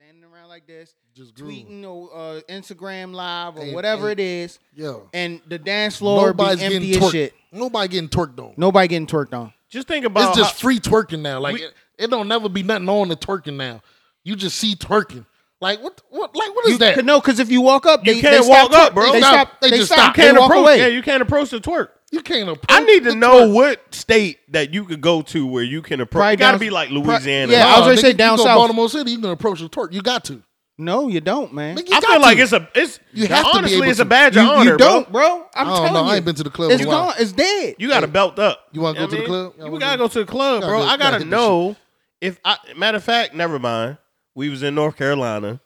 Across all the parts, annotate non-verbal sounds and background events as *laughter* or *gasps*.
running around like this, Just tweeting or uh, Instagram live or And- whatever and- it is, Yeah. and the dance floor Nobody's be getting empty as twerked. shit. Nobody getting twerked on. Nobody getting twerked on. Just think about uh, it's just how- free twerking now. Like We- it, it don't never be nothing on the twerking now. You just see twerking. Like what? What? Like what is that? Cause no, because if you walk up, You they, can't they stop walk up, twerk- bro. They No, stop. they They, just stop. stop. They can't walk approach. away. Yeah, you can't approach the twerk. you can't approach. I need to the know twerk. what state that you could go to where you can approach. Probably You got to down- be like pro- Louisiana. yeah, Nah, I was gonna nigga, say you down go south. Baltimore City, you gonna approach the twerk. You got to. No, you don't, man. Nigga, you I got feel like to. it's a it's You have to be honestly able it's a to. badge You, of you honor, bro. don't, bro. I'm I don't telling know. you, I ain't been to the club in It's a while. gone. It's dead. You got to belt up. You wanna know go to the what I mean? club? You gotta go to the club, Gotta bro. go- I gotta gotta hit this know if I. Matter of fact, never mind. We was in North Carolina,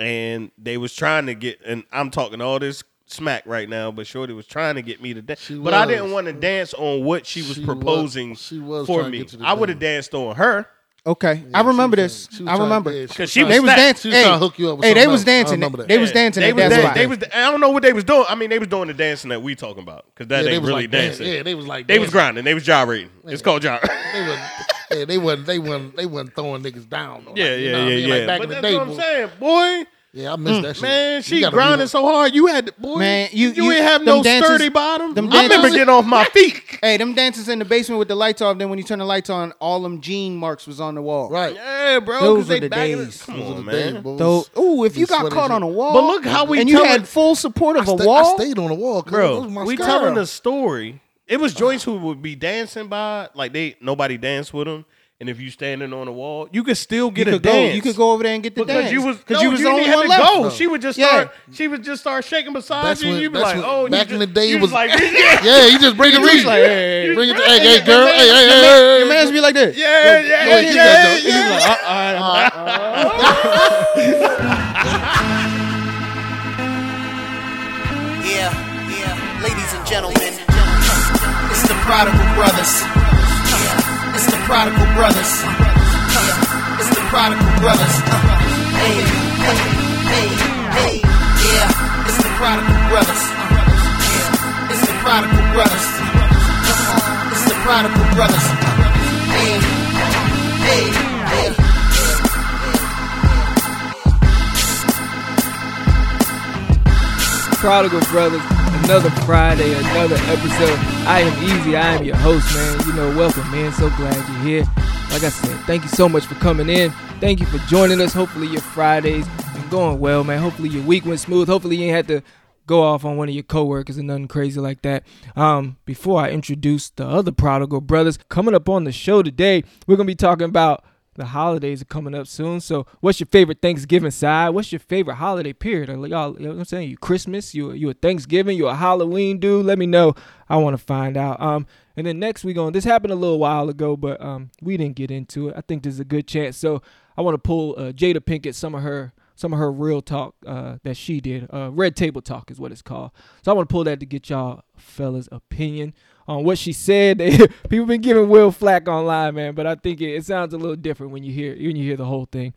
and they was trying to get. And I'm talking all this smack right now, but Shorty was trying to get me to dance, She but I was. didn't want to dance on what she was She wa- proposing she was for trying to me. get you to I would have dance. danced on her. Okay, I she remember was this. trying- she was I trying- remember. yeah, Cause she They was snapped. dancing. She was hey, trying to hook you up with hey, they something was else. I dancing. remember that. They was Yeah, dancing. They at was, that dan- spot. they was. I don't know what they was doing. I mean, they was doing the dancing that we talking about because that Yeah, they ain't was really like dancing. Yeah, they was like They was dancing. grinding. They was gyrating. It's called gyrating. *laughs* They wasn't. Yeah, they wasn't. They wasn't. They wasn't throwing niggas down. Like, Yeah, you yeah, know what I yeah, mean? yeah. Like back but in the that's day, what I'm boy. saying, boy. Yeah, I missed that shit. Man, You she gotta be grinding like- so hard. You had to, boy. Man, you- you, you- ain't them have no dances- sturdy bottom. them I remember dances- getting off *laughs* my feet. Hey, them dancers in the basement with the lights off. Then when you turn the lights on, all them jean marks was on the wall. right? Yeah, bro. 'cause Those they are the bagging it. days. Come Those are the on, days, man. boy. So, ooh, if They you got sweaty caught shit. on a wall, But look how we and you telling- had full support of a I sta- wall. I stayed on the wall, 'cause it was my we scarf. telling a story. It was joints who would be dancing by, like they nobody danced with them. And if you standing on a wall, you could still you get a could go. dance. You could go over there and get the because dance you was no, you was was the only only had one to left. go. She would just Yeah. start. She would just start shaking beside That's you. when- and You'd be that's like, when- oh, you back in just- the day, it you was- like, *laughs* yeah, Yeah, you just bring the reach. like, hey, Bring it, hey, hey, girl, hey, hey, hey, Your man's be like this. yeah, yeah, you yeah, got the- yeah. Yeah, yeah. Ladies and gentlemen, it's the Prodigal Brothers. It's the Prodigal Brothers. It's the Prodigal Brothers. Hey, hey, hey, hey. Yeah, it's the Prodigal Brothers. It's the Prodigal Brothers. Uh-huh, It's the Prodigal Brothers. Hey, hey, hey. Prodigal Brothers, another Friday, another episode. I am Easy, I am your host, man. You know, welcome, man. So glad you're here. Like I said, thank you so much for coming in. Thank you for joining us. Hopefully, your Fridays been going well, man. Hopefully, your week went smooth. Hopefully, you ain't had to go off on one of your coworkers or nothing crazy like that. Um, before I introduce the other Prodigal Brothers coming up on the show today, we're gonna be talking about the holidays are coming up soon. So, what's your favorite Thanksgiving side? What's your favorite holiday period? Are y'all, you know what I'm saying? You Christmas, you you a Thanksgiving, you a Halloween dude? Let me know. I want to find out. Um, and then next we going. This happened a little while ago, but um, we didn't get into it. I think there's a good chance. So, I want to pull uh, Jada Pinkett some of her some of her real talk uh, that she did. Uh, Red Table Talk is what it's called. So I want to pull that to get y'all fellas' opinion on what she said. *laughs* People been giving Will flack online, man, but I think it, it sounds a little different when you hear when you hear the whole thing.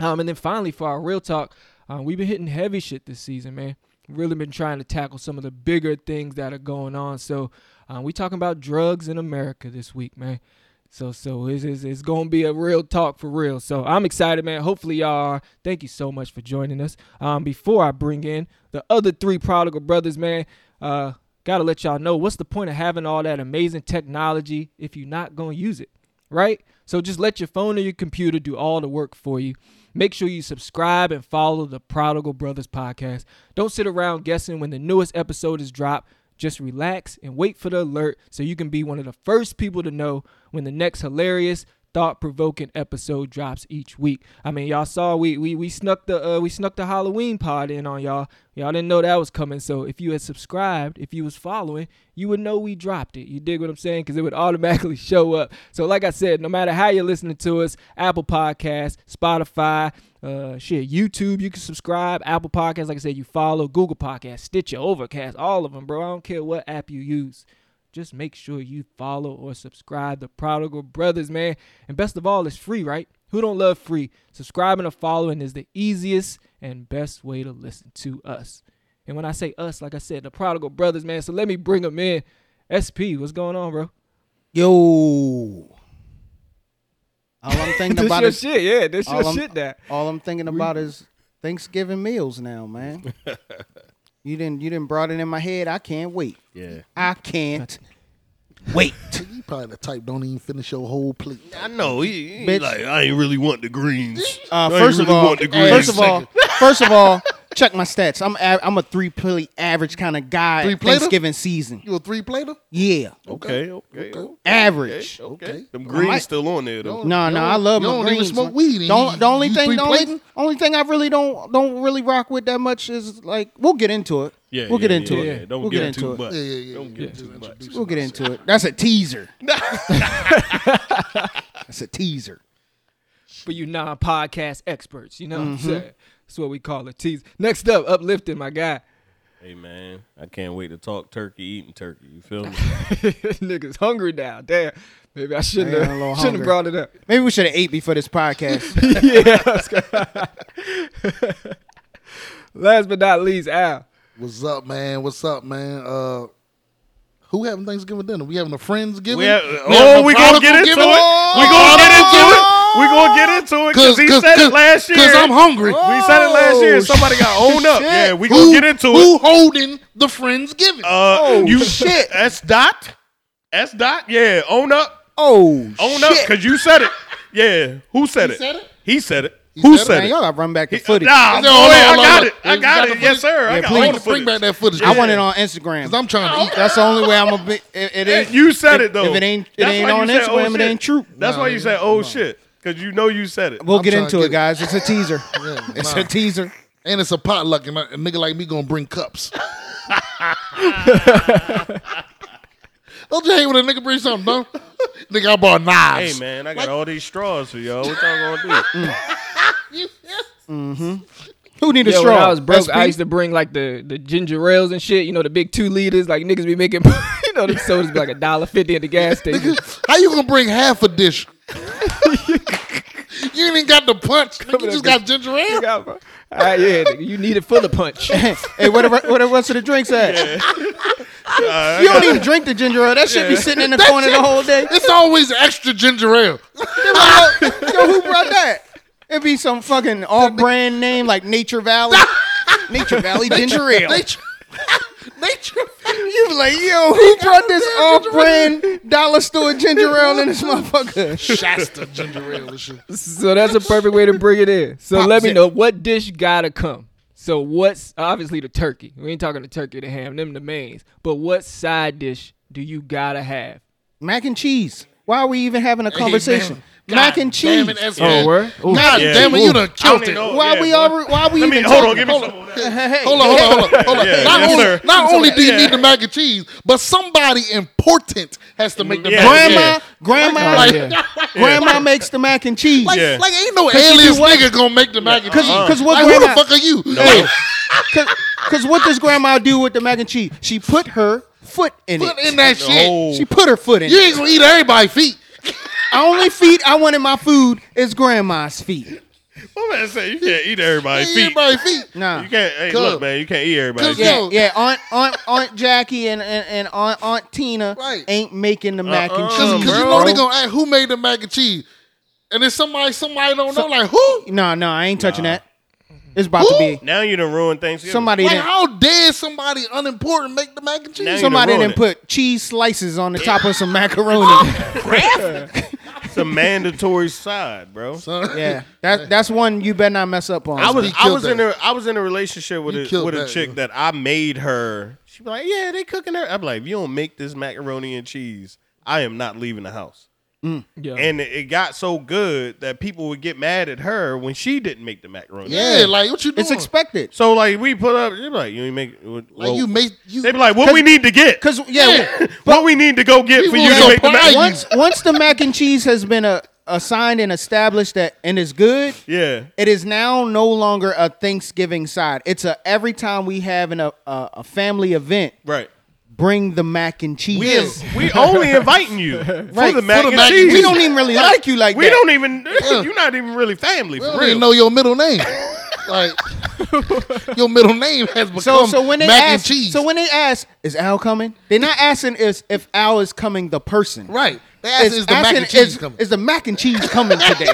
Um, and then finally for our real talk, uh, we've been hitting heavy shit this season, man. Really been trying to tackle some of the bigger things that are going on. So uh, we talking about drugs in America this week, man. So so it's, it's, it's gonna be a real talk for real. So I'm excited, man. Hopefully y'all are. Thank you so much for joining us. Um, before I bring in the other three prodigal brothers, man, uh, gotta let y'all know what's the point of having all that amazing technology if you're not gonna use it, right? So just let your phone or your computer do all the work for you. Make sure you subscribe and follow the Prodigal Brothers podcast. Don't sit around guessing when the newest episode is dropped. Just relax and wait for the alert so you can be one of the first people to know when the next hilarious, thought-provoking episode drops each week. I mean, y'all saw we we we snuck the uh, we snuck the Halloween pod in on y'all. Y'all didn't know that was coming. So if you had subscribed, if you was following, you would know we dropped it. You dig what I'm saying? Because it would *laughs* automatically show up. So like I said, no matter how you're listening to us, Apple Podcasts, Spotify, uh, shit, YouTube, you can subscribe. Apple Podcasts, like I said, you follow Google Podcasts, Stitcher, Overcast, all of them, bro. I don't care what app you use just make sure you follow or subscribe to Prodigal Brothers, man. And best of all, it's free, right? Who don't love free? Subscribing or following is the easiest and best way to listen to us. And when I say us, like I said, the Prodigal Brothers, man. So let me bring them in. *laughs* SP, what's going on, bro? Yo, All I'm *laughs* thinking This about your is shit, yeah. This all your I'm, *laughs* shit. That all I'm thinking about is Thanksgiving meals now, *laughs* man. you didn't you didn't brought it in my head. I can't wait. Yeah. I can't. You probably the type don't even finish your whole plate. I know. He, he Bitch. like, I ain't really want the greens. Uh, I first ain't of really all, want the greens. first of all, first of all, *laughs* check my stats. I'm a, I'm a three plate average kind of guy. Three Three plater? Thanksgiving season. *laughs* You a three plater? Yeah, okay, okay, okay. average. Okay. Them greens might- still on there though. No, no, You don't- I love you my don't even greens. smoke man. weed, and Don't, you- the only you thing, the three-plating? only, only thing I really don't don't really rock with that much is like we'll get into it. we'll get into yeah, it. yeah. Don't we'll get, get into too it. much. Yeah, yeah, yeah. Don't yeah. get Just too much. introduce We'll get myself. into it. That's a teaser. That's a teaser. for you non-podcast experts, you know what I'm Mm-hmm. saying? That's what we call it. Tease. Next up, uplifting my guy. *laughs* Hey man, I can't wait to talk turkey eating turkey. You feel me? Niggas hungry now. Damn. Maybe I shouldn't I am a have little shouldn't have hungry. brought it up. Maybe we should have ate before this podcast. Last but not least, Al. What's up, man? What's up, man? Uh, who having Thanksgiving dinner? We having a Friendsgiving? *laughs* We have, having oh, a we gonna get prodigal into it. We giving? Oh! gonna get into it. We gonna get into it because he said it last year. Cause I'm hungry. We said it last year. and Somebody got owned up. Yeah, we gonna Who- get into Who it. holding the Friendsgiving? Uh, Oh, you shit. *laughs* S dot. S dot. Yeah, own up. oh, Own shit. up. Cause you said it. Yeah Yeah. Who said it? said it? He said it. said Who it? said Man, it? y'all got to run back to He- footage. Nah, boy, No, no, I no, got no. it. I You got the it. footage? Yes, sir. I Yeah, got please. all bring the back footage. Oh, that footage. I want it on Instagram. Cause I'm trying to eat. That's the only way I'm gonna be. It, it is. You said it though. If it ain't, it That's ain't why you on said, oh, Instagram. It shit. ain't true. That's why you said, "Oh shit," because you know you said it. We'll I'm get trying into to get it, guys. It's a *laughs* teaser. Yeah, It's nah. a teaser. And it's a potluck, and a a nigga like me gonna bring *laughs* cups. Don't you hate when a nigga bring something, though? nigga, I bought Hey knives. man, I got all these straws for y'all. What y'all gonna *laughs* Mm. do? Who need a Yo, straw? when I was broke, SP? I used to bring like the, the ginger ales and shit. You know, the big two liters. Like niggas be making, *laughs* you know, them sodas be like a dollar fifty at *laughs* the gas station. *laughs* How you gonna bring half a dish? *laughs* you ain't even got the punch. nigga. You on, just got ginger ale. All right, Ah, yeah, nigga, you need it for the punch. hey, where the, re- where the rest of the drinks at? *laughs* you don't even drink the ginger ale. That shit be sitting in the corner the whole day. It's always extra ginger ale. Yo, who brought that? It'd be some fucking all brand name like Nature Valley. Nature Valley ginger ale. Nature, nature. You be like, yo, who brought this all brand dollar store ginger ale in this motherfucker? Shasta ginger ale and shit. So that's a perfect way to bring it in. So let me it. know what dish gotta come. So what's obviously the turkey? We ain't talking the turkey, the ham, them the mains. But what side dish do you gotta have? Mac and cheese. Why are we even having a Hey, man. conversation? God Mac and cheese. Damn it, that's Oh, word? Ooh. God Yeah. damn it, Ooh. you done I don't killed even it. know- Why Yeah, we boy. are why we Let me even hold on. talking? Give me some. of that. Hey, Hold on, hold on, hold on, hold on. Yeah, not, yes, only, sir. not only do you Yeah. need the mac and cheese, but somebody important has to make the Yeah. mac and grandma, cheese. grandma, Like- grandma makes the mac and cheese. Like, Yeah. like ain't no alias nigga gonna make the mac and cheese. Cause, cause what Like, who the grandma, fuck are you? Hey, cause, 'cause what does grandma do with the mac and cheese? She put her foot in put it. in that shit. No. She put her foot in You it. ain't gonna eat everybody's feet. Only feet I want in my food is grandma's feet. What man say? You can't eat everybody's Eat feet. everybody's feet. Nah. You can't. Hey, Cuz. look, man, you can't eat everybody's Cuz, feet. yeah, yo. yeah. Aunt, aunt, aunt Jackie and, and, and aunt, aunt Tina Right. ain't making the mac and Uh-uh, cheese. Cause, 'cause you bro. know they gonna ask who made the mac and cheese. And then somebody somebody don't know, like who? No, no, I ain't touching that. It's about to be Now you done ruined Thanksgiving. somebody. Like done- how dare somebody unimportant make the mac and cheese? Now you somebody ruin didn't it. put cheese slices on the top of some macaroni. It's a mandatory side, bro. *laughs* yeah, that that's one you better not mess up on. I was He I killed was in that. a I was in a relationship with He a killed with a that, chick yo. that I made her. She be like, "Yeah, they cooking her." I'm like, "If you don't make this macaroni and cheese, I am not leaving the house." *laughs* Yeah. And it got so good that people would get mad at her when she didn't make the macaroni. yeah, like what you doing? it's expected. So like we put up, they be like, "You ain't make." uh, Well, Like you made you they be like, "What we need to get? Cause yeah, *laughs* what we need to go get We for will you go to make the party. mac?" once once the mac and cheese has been a, assigned and established that and is good, Yeah, it is now no longer a Thanksgiving side. It's a every time we have an, a a a family event, *laughs* right. bring the mac and cheese. We we only inviting you Right, for the mac for the and mac and cheese. We don't even really like you like We that. *laughs* don't even. You're not even really family. We for don't even real. know your middle name. like Your middle name has become So, so when they mac ask, and cheese. so when they ask, is Al coming? They're not asking if if Al is coming, the person, right. They ask, It's is the mac asking, and cheese is, coming? is the mac and cheese coming *laughs* today?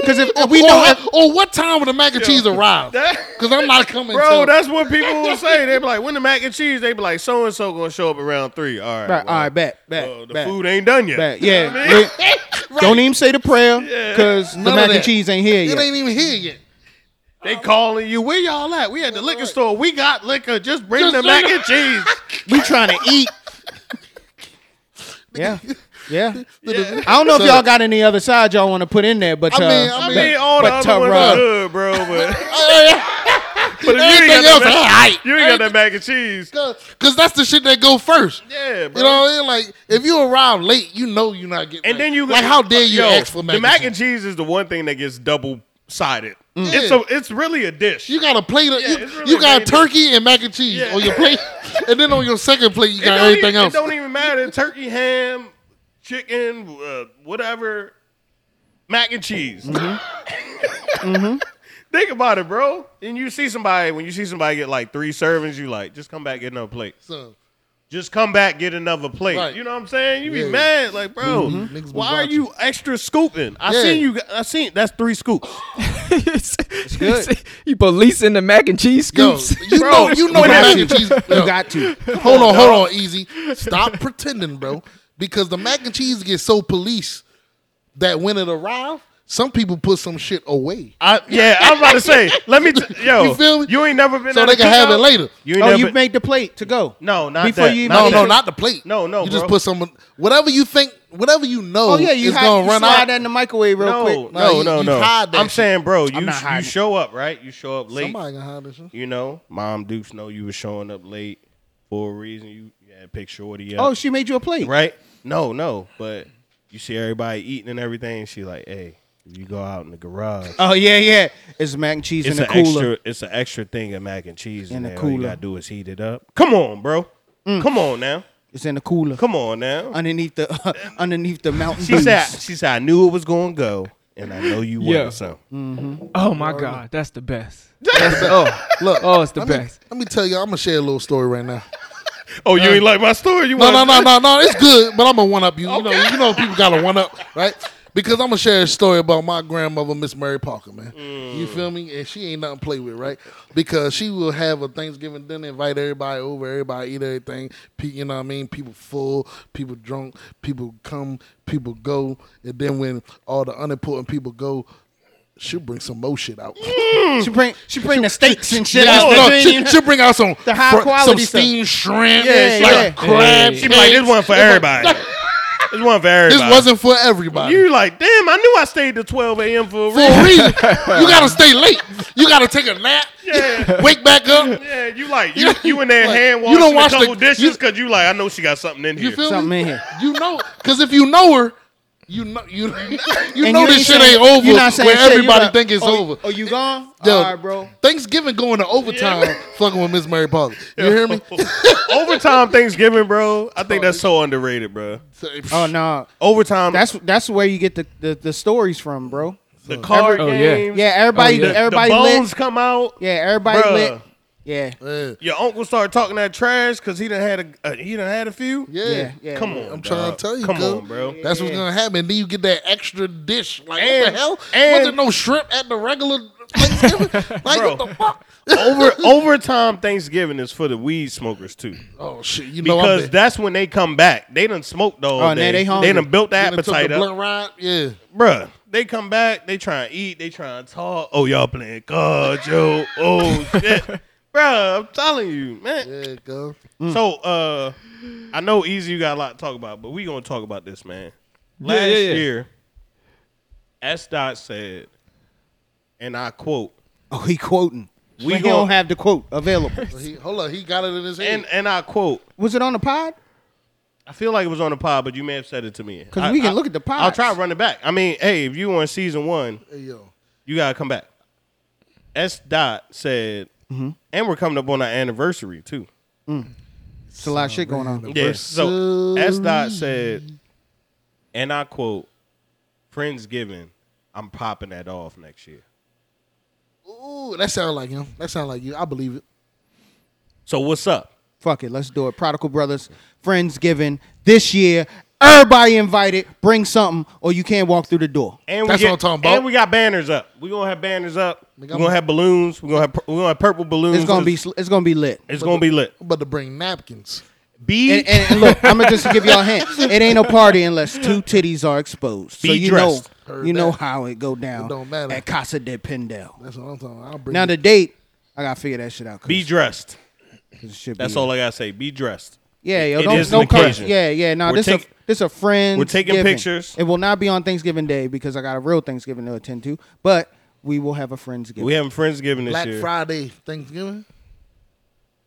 Because if, if we or, know, how- if, or what time will the mac and cheese arrive? that- Because I'm not *laughs* coming. Bro, till- that's what people will say. They be *laughs* like, when the mac and cheese, they be like, so and so gonna show up around three. All right, all well, right, bet, bet, well, the bet, food ain't done yet. bet. *laughs* You know yeah. what I mean? *laughs* Wait, Don't even say the prayer because the None of mac and that. cheese ain't here It yet. ain't even here yet. They calling you. Where y'all at? We at the liquor store. We got liquor. Just bring Just the bring *laughs* mac and cheese. We trying to eat. yeah, yeah. Yeah. I don't know if So- y'all got any other side y'all want to put in there, but uh, I mean, I I mean, mean, all the but other ones Tara- are good, bro. *laughs* But, but if you ain't Everything got else, that mac- alright. you ain't got that mac and cheese. Because that's the shit that go first. Yeah, bro. You know what I mean? Like, if you arrive late, you know you're not getting. And mac- then you like, how dare you Yo, ask for mac, the mac and and cheese? Mm. cheese? Is the one thing that gets double sided. It's Yeah. a, it's really a dish. You got a plate. Of, you, it's really you got made turkey and mac and cheese Yeah. on your plate, *laughs* and then on your second plate you It got don't everything even, else. It don't even matter. Turkey, ham, chicken, uh, whatever, mac and cheese. Mm-hmm. *laughs* Think about it, bro. And you see somebody when you see somebody get like three servings, you like just come back get another plate. So, Just come back get another plate. Right. You know what I'm saying? You be Yeah. mad, like bro. Niggas be Mm-hmm. Why are you extra scooping? I Yeah. seen you. I seen that's three scoops. good. *laughs* you policing the mac and cheese yo, scoops. *laughs* you Bro, know, you know you the mac got and to. cheese. you yo, got to. hold on, hold on, easy. Stop pretending, bro. Because the mac and cheese gets so police that when it arrives, some people put some shit away. I, *laughs* yeah, I'm about to say. Let me. T- yo, You feel me? You ain't never been So at they a can have it cookout? later. You ain't Oh, never you been- made the plate to go. No, not before that. you. Not No, even- no, that. not the plate. No, no, You just bro. put some whatever you think, whatever you know. Oh yeah, you is hide, gonna you run slide out. that in the microwave real no, quick. No, No, you- no, you no. hide that I'm shit. saying, bro, you not you hiding it. show up right. You show up late. Somebody can hide this. shit. You know, Mom Dukes know you was showing up late for a reason. You, you had to pick Shorty up. Oh, she made you a plate. right? No, no, but you see everybody eating and everything. and She like, hey, if you go out in the garage. Oh yeah, yeah. It's mac and cheese It's in an the cooler. extra. It's an extra thing of mac and cheese in In the there. All you cooler. gotta do is heat it up. Come on, bro. Come on now. It's in the cooler Come on now. underneath the *laughs* underneath the mountain. She Dews. said, she said, I knew it was going to go, and I know you Yeah. wanted some. *laughs* oh my god, that's the best. oh, look. Oh, it's the let me- best. Let me tell you, I'm gonna share a little story right *laughs* now. Oh, you ain't like my story? You No, no, no, no, no. It's good, but I'm gonna one up you. You know, you know, people gotta one up, right? Because I'm gonna share a story about my grandmother, Miss Mary Parker, man. Mm. You feel me? And she ain't nothing to play with, right? Because she will have a Thanksgiving dinner, invite everybody over, everybody eat everything. Pe- You know what I mean? People full, people drunk, people come, people go, and then when all the unimportant people go, she'll bring some more shit out. *laughs* she bring she bring the steaks and shit. Yeah, out that no, you ain't she, even- she'll bring out some The high some quality stuff. steamed shrimp, Yeah, like yeah. crab. She be like, cakes. this one for everybody. This one for everybody. This wasn't for everybody. You like, damn, I knew I stayed to 12 a.m. for a for reason. *laughs* a reason. you gotta stay late. You gotta take a nap. Yeah. Wake back up. Yeah, you like, *laughs* you, you in there hand You don't washing a wash couple the- dishes you- because you like, I know she got something in You here. feel Something me? in here. You know, because if you know her, you know you *laughs* you And know you this ain't shit saying- ain't over. you not saying where shit. You everybody like, think it's oh, over. Oh, you gone? Yo, All right, bro. Thanksgiving going to overtime, fucking with Miss Mary Pollard. You *laughs* hear me? Overtime Thanksgiving, bro. I think that's so underrated, bro. Oh no, Overtime, that's that's where you get the the, the stories from, bro. the card Oh, yeah. games. Yeah, everybody, Oh, yeah. The everybody the lit. bones come out. Yeah, everybody Bruh. lit. Yeah, Yeah. Your uncle started talking that trash because he done had a uh, he done had a few. Yeah. yeah, yeah. Come on, I'm trying dog. to tell you, Come cuz. *laughs* on, bro. That's what's gonna happen. Then you get that extra dish. Like what And- the hell? and- Wasn't no shrimp at the regular *laughs* Thanksgiving? like Bro. what the fuck? Over overtime Thanksgiving is for the weed smokers too, Oh shit! You know because I'm bad. that's when they come back. They done smoked all Oh, now day. they hungry. they done built the You done took appetite the up, blunt ride. Yeah. bruh. They come back. They try and eat. They try and talk. Oh, y'all playing cards, yo. Oh shit, bruh. I'm telling you, man. Yeah, go. So, uh, I know Easy, you got a lot to talk about, but we gonna talk about this, man. Yeah, Last yeah, yeah. year, S. Dot said, and I quote, Oh, he quoting. We We he gon- don't have the quote available. He, hold on, he got it in his hand. and and I quote. Was it on the pod? I feel like it was on the pod, but you may have said it to me. 'Cause I- we can I- look at the I'll try to pods. run it back. I mean, hey, if you on season one, Hey, yo. you gotta come back. S. Dot said, Mm-hmm. and we're coming up on our anniversary too. It's a lot of shit going on. Yes. So S. Dot said, and I quote, "Friendsgiving, I'm popping that off next year." Ooh, that sound like him. That sound like you. I believe it. So what's up? Fuck it, let's do it. Prodigal Brothers, Friendsgiving this year. Everybody invited. Bring something, or you can't walk through the door. And we That's get- what I'm talking about. And we got banners up. We're gonna have banners up. We're Nigga, gonna I'm- have balloons. We're gonna have pur- we're gonna have purple balloons. It's gonna be sl- it's gonna be lit. it's gonna be lit. I'm about to bring napkins. Be And, and, and look, I'm gonna just give y'all a hint. It ain't no party unless two titties are exposed. so Be you dressed. know, Heard you know that. how it go down. don't matter. At Casa de Pendel. That's what I'm talking. About. I'll bring. Now the date, I gotta figure that shit out. 'cause be dressed. it should That's be- all I gotta say. Be dressed. Yeah, yo, It don't, is an no colors. occasion. Yeah, yeah. No, We're this take- a this a friend. we're taking pictures. It will not be on Thanksgiving Day because I got a real Thanksgiving to attend to. But we will have a friendsgiving. We having friendsgiving this Black year. Friday, Thanksgiving.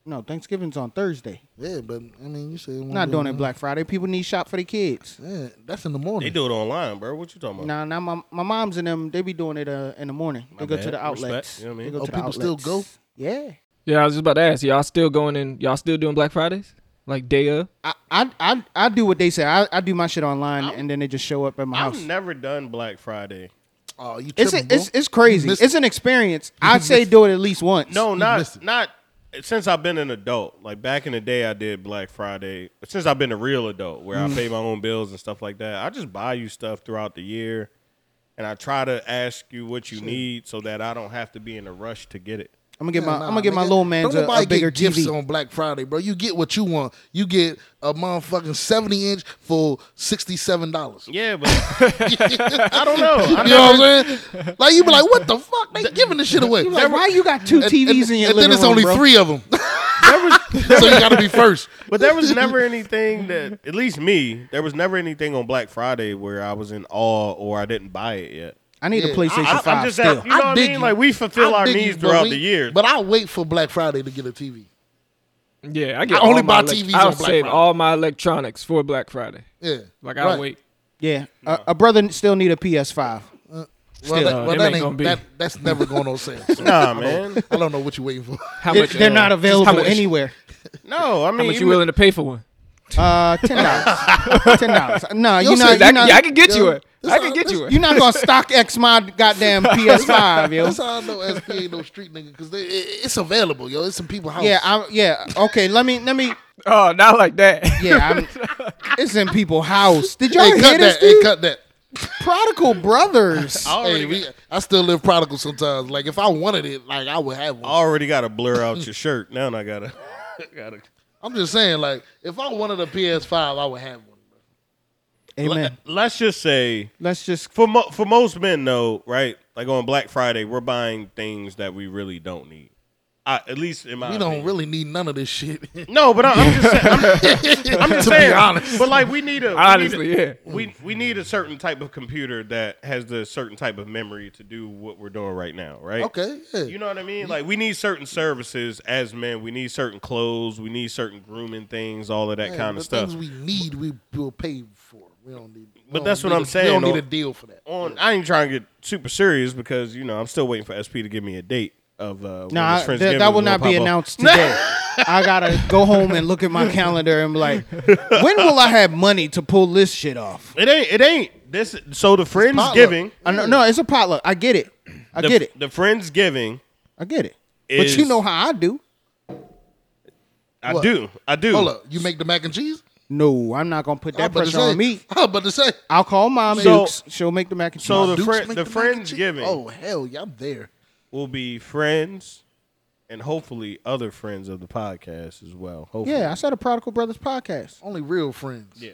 no, Thanksgiving's on Thursday. Yeah, but I mean, you said it won't Not be doing it on- Black Friday. People need shop for the kids. Yeah, that's in the They morning. do it online, bro. What you talking about? Now, now my, my mom's and them, they be doing it uh, in the morning. They go to bad. the outlets. Respect. You know what I mean? They go Oh, to the people still outlets. go? Yeah. Yeah, I was just about to ask. Y'all still going in? Y'all still doing Black Fridays? Like day of? I, I, I, I do what they say. I, I do my shit online and then they just show up at my house. I've never done Black Friday. Oh, you It's, tripping, a, it's bro. it's crazy. missed- It's an experience. *laughs* I'd say do it at least once. No, missed not it. not since I've been an adult. Like back in the day, I did Black Friday. Since I've been a real adult, where I pay my own bills and stuff like that, I just buy you stuff throughout the year, and I try to ask you what you need so that I don't have to be in a rush to get it. I'm gonna get my Nah, I'm gonna get my nigga. little man Don't to nobody a bigger get gifts TV. on Black Friday, bro. You get what you want. You get a motherfucking seventy inch for sixty seven dollars. Yeah, *laughs* but I don't know. I You know what I'm saying? Like you be like, what the fuck? They giving this shit away. Like, why you got two And- TVs and, in your living and then it's room, only bro? three of them. *laughs* so you got to be first. But there was *laughs* *laughs* never anything that, at least me, there was never anything on Black Friday where I was in awe or I didn't buy it yet. I need a PlayStation I, Five am just still. at, you know what I dig you. mean? Like we fulfill I our dig you, needs bro. throughout We- the year. But I wait for Black Friday to get a TV. Yeah, I get. I only all my buy TVs I'll on Black save Friday. all my electronics for Black Friday. Yeah, Like I'll Right. wait. yeah, a, a brother still need a PS Five. Well, that, Uh, well, it that ain't ain't, gonna be. that, that's never going on sale. *laughs* So *laughs* nah, I don't- man. I don't know what you waiting for. *laughs* How They're, much? they're uh, not how available much- anywhere. No, I mean, How much you even- willing to pay for one? Uh, ten dollars. ten dollars. No, you Yo, know sis, you that- I, not. yeah, I can get yo, you one. this I can how- get you this- one. You're not gonna stock X my goddamn PS Five, yo. That's how I know SP ain't no street nigga because it's available, yo. It's some people house. Yeah, I'm, yeah. Okay, let me let me. Oh, not like that. *laughs* Yeah, I'm, it's in people house. Did y'all hey, hear cut this? that. Hey, dude? cut that. Prodigal *laughs* Brothers. I already, Hey, we, I still live prodigal sometimes. Like if I wanted it, like I would have I one. already got to blur out your shirt. Now I gotta, gotta. I'm just saying, like if I wanted a PS5, I would have one. Amen. Let's just say Let's just. for mo- for most men though, right? Like on Black Friday, we're buying things that we really don't need. I, at least in my We opinion. don't really need none of this shit. *laughs* No, but I, I'm just saying. I'm, I'm just To be *laughs* saying. honest. But like, we need a Honestly, we need a, yeah. We we need a certain type of computer that has the certain type of memory to do what we're doing right now, right? okay, yeah. You know what I mean? Like, we need certain services as men. We need certain clothes. We need certain grooming things. All of that Yeah, kind the of stuff. Things we need, we will pay for. We don't need. we But don't that's what need I'm a- saying, We don't need though. a deal for that. On, I ain't trying to get super serious because you know I'm still waiting for SP to give me a date of uh. when Nah, this th- Friendsgiving that will is gonna not be pop off. announced today. I gotta go home and look at my calendar and be like, when will I have money to pull this shit off? It ain't. It ain't. This. So the potluck. Friendsgiving. I know, no, it's a potluck. I get it. I the- get it. The Friendsgiving. I get it. is- But you know how I do. I What? do. I do. Hold up, you make the mac and cheese? No, I'm not gonna put I that was about pressure to say. on *laughs* me. I was about to say. I'll call mom. So- Dukes. She'll make the mac and cheese. So the Dukes friend, make the mac and friends cheese? giving Oh hell yeah, I'm there. will be friends, and hopefully other friends of the podcast as well. Hopefully, yeah, I said a Prodigal Brothers podcast. Only real friends. yeah,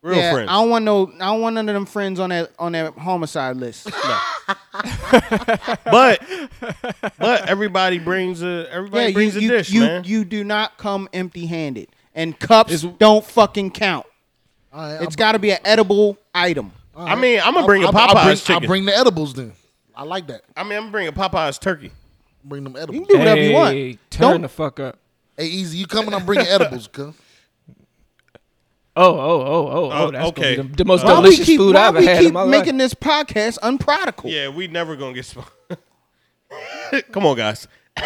real yeah, friends. I don't want no. I don't want none of them friends on that on that homicide *laughs* list. but but everybody brings a everybody yeah, you brings you, a dish, you, man. you do not come empty handed, and cups It's- don't fucking count. All right, It's got to be an edible item. I mean, I'm gonna I- bring a I- Popeyes I bring, chicken. I bring the edibles then. I like that. I mean, I'm bringing Popeyes turkey. Bring them You edibles. can do whatever you want. Hey, Turn Don't the fuck up. Hey, easy, you coming? I'm bringing edibles, *laughs* cuz. Oh, oh, oh, oh, oh. Oh, That's okay. okay. Gonna be the, the most why we delicious keep, food why I've ever we had keep in my making life. this podcast unprodigal. Yeah, we never gonna get sp- *laughs* Come on, guys. *laughs*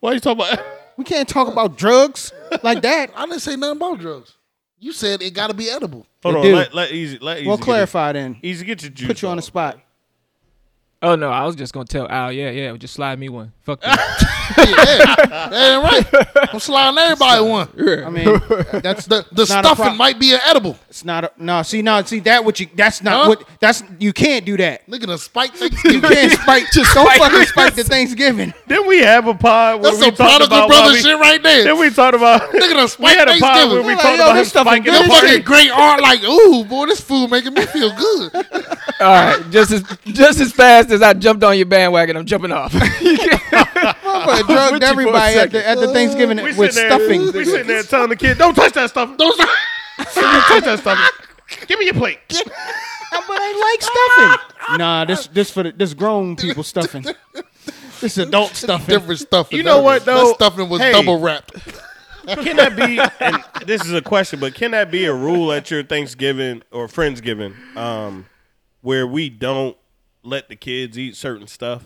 Why you talking about? *laughs* We can't talk about drugs like that. I didn't say nothing about drugs. You said it got to be edible. Hold They on. do. Let, let easy. Let easy. Well, get clarify then. your- Easy, get your juice. Put you on the off. spot. Oh no, I was just gonna tell Al. Yeah, yeah, just slide me one. *laughs* Fuck that. Yeah, yeah, yeah, right. I'm sliding everybody one. *laughs* I mean, that's *laughs* The, Not the a stuffing prob- might be an edible. it's not a, no. See, no, see that what you. That's not Huh? what. That's you can't do that. Nigga, the spike. You *laughs* *laughs* can't spike. Just don't fucking spike the Thanksgiving. Then we have a pod where That's we some talked prodigal about why brother we, shit right there. Then we talked about Nigga done *laughs* we spiked had a pod where Thanksgiving. we Like, talked yo, about this him stuff is spiking good. the That fucking party. great art, like, ooh, boy, this food making me feel good. All right, just as just as fast as I jumped on your bandwagon, I'm jumping off. *laughs* You can't- Motherfucker with you drugged for a everybody at the, at the Thanksgiving We with sitting there, stuffing. we sitting there telling the kid, "Don't touch that stuffing. Don't touch touch that stuffing. *laughs* Give me your plate." *laughs* but I like *laughs* stuffing. Nah, this this for the, this grown people stuffing. This adult stuffing. Different stuffing. You know what, though? That stuffing was Hey. double wrapped. Can that be? And this is a question, but can that be a rule at your Thanksgiving or Friendsgiving, um, where we don't let the kids eat certain stuff?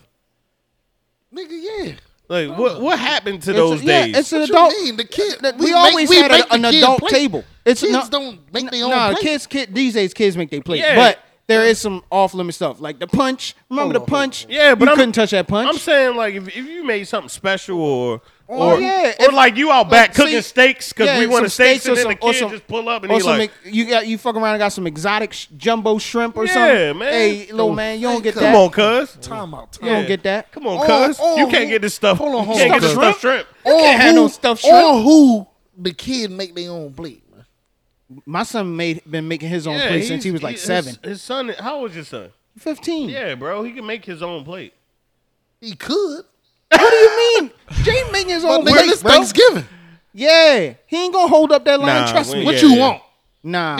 Nigga, yeah. Like, what what happened to those yeah, days? Oh. it's an What you adult. mean? The kid- that- we we make- always we had make a, the an kid adult plate. table. It's Kids no- don't make their own Nah, plate. kids, kid, these days kids make their plate. Yeah. But there is some off limit stuff like the punch. Remember the punch? Oh. Yeah, but you I'm- couldn't touch that punch. I'm saying like if, if you made something special or or, Oh, yeah, or if- like you out back like, cooking Oh, see- steaks because yeah, we want some to steaks, steaks and or then the some- or kid some- just pull up and or he some like, ex- you got you fuck around and got some exotic sh- jumbo shrimp or Yeah, something. man. Hey, little man, you don't get Come that. come on, cuz. Time out. Time You don't get that. Come on, cuz. Oh, you oh, can't get this stuff. hold on, you hold can't on, get this cuz. stuff shrimp. Or can't have no who- stuffed Or shrimp. who the kid make their own plate. man. My son made been making his own Yeah, plate he's- since he was like his- seven. His son, how old is your son? 15. Yeah, bro, he can make his own plate. He could. What do you mean? Jay making his But own nigga, plate, it's Oh, bro. Thanksgiving. Yeah, he ain't gonna hold up that line. Nah, trust we- me. What Yeah, you yeah. want? *laughs* Nah,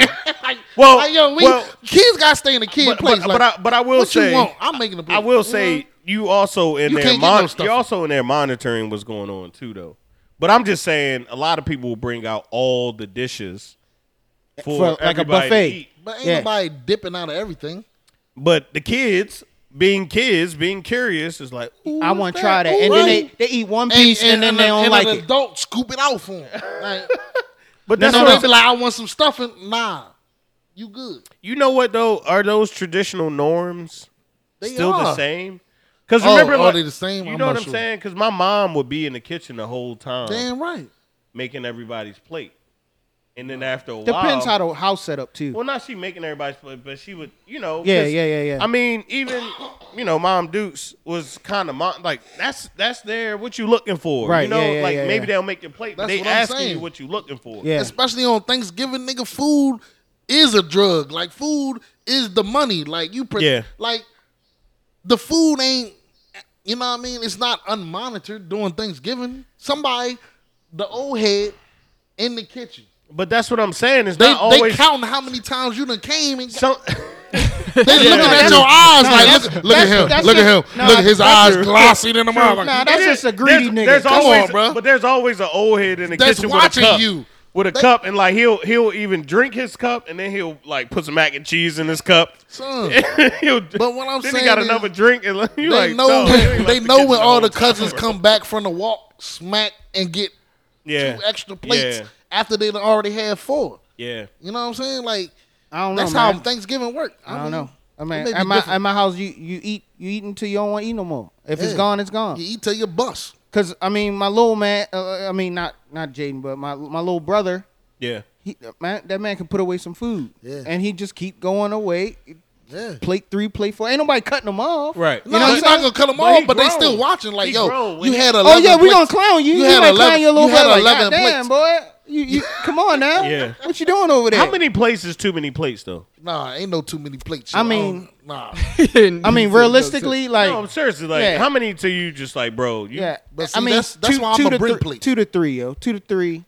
Well, Like, yo, we, well, kids got to stay in the kid but, place. but, like, but I, but I will what say, you want? I'm making a plate. I will say, you also in You there, can't get no mon- stuff. you're also in there monitoring what's going on too, though. But I'm just saying, a lot of people will bring out all the dishes for, For, like, a everybody to buffet. eat. But ain't Yeah. nobody dipping out of everything. But the kids, being kids, being curious, is like, ooh, I want to try that. Ooh, And then right. they, they eat one piece and, then they a- don't and like an it. Adult scoop it out for them. *laughs* Like, but that's that's no, what they I'm- be like, I want some stuffing. Nah, you good. you know. What though are those traditional norms They still are. the same? Because Oh, remember, are like, they the same? You I'm know not what I'm sure. saying? Because my mom would be in the kitchen the whole time Damn right. making everybody's plate, and then after a while, Depends how the house set up too. Well, not she making everybody's plate, but she would, you know. Yeah, 'cause, yeah, yeah, yeah. I mean, even you know, Mom Dukes was kind of mom, like that's that's there. What you looking for? You Right, know, yeah, yeah, like yeah, maybe yeah. they'll make your plate, but That's they what I'm asking you saying. what you looking for. Yeah. Especially on Thanksgiving, nigga, food is a drug. Like food is the money. Like you, pre- Yeah. Like the food ain't. You know what I mean? It's not unmonitored during Thanksgiving. Somebody, the old head, in the kitchen. But that's what I'm saying. It's They, not they always counting how many times you done came and *laughs* some. They looking at your eyes like, look, look at that's- him, that's look at him, just- nah, look at his that's eyes true. glossy in the mouth. Nah, Like, that's It is. just a greedy there's, nigga. There's Come always, on, bruh. But there's always an old head in the That's kitchen with a watching cup. you. With a They- cup, and like he'll he'll even drink his cup, and then he'll like put some mac and cheese in his cup. *laughs* son, he'll, But what I'm then saying he got is another drink, and *laughs* like, you they like, know dog, you when, ain't they left know kitchen when all the whole time. cousins come back from the walk, smack, and get yeah. two extra plates Yeah. after they done already had four. Yeah. You know what I'm saying? Like I don't know. that's man. how Thanksgiving work. I don't mean, know. I it mean, may be at my different. at my house, you you eat you eat until you don't want to eat no more. If it's Yeah. gone, it's gone. you eat till you bust. Cause I mean, my little man. Uh, I mean, not not Jaden, but my my little brother. Yeah. He man, that man can put away some food, Yeah. and he just keep going away. Yeah. Plate three, plate four. Ain't nobody cutting them off, Right. You no, know, he's not gonna cut them off, he but they grown. still watching. Like, He yo, grown when you he- had a. Oh yeah, we gonna clown you. You, might clown your little you had brother. Like, 11 God damn, plates. boy. You, you come on now. *laughs* Yeah. What you doing over there? How many plates is too many plates though? Nah, ain't no too many plates. I yo. mean- *laughs* don't- nah. *laughs* I *laughs* mean, realistically, like no, I'm seriously like, Yeah. how many to you just like, bro? You, yeah. But I see, mean, that's- that's two, why I'm two a to brick thr- plate. Two to three, yo. Two to three.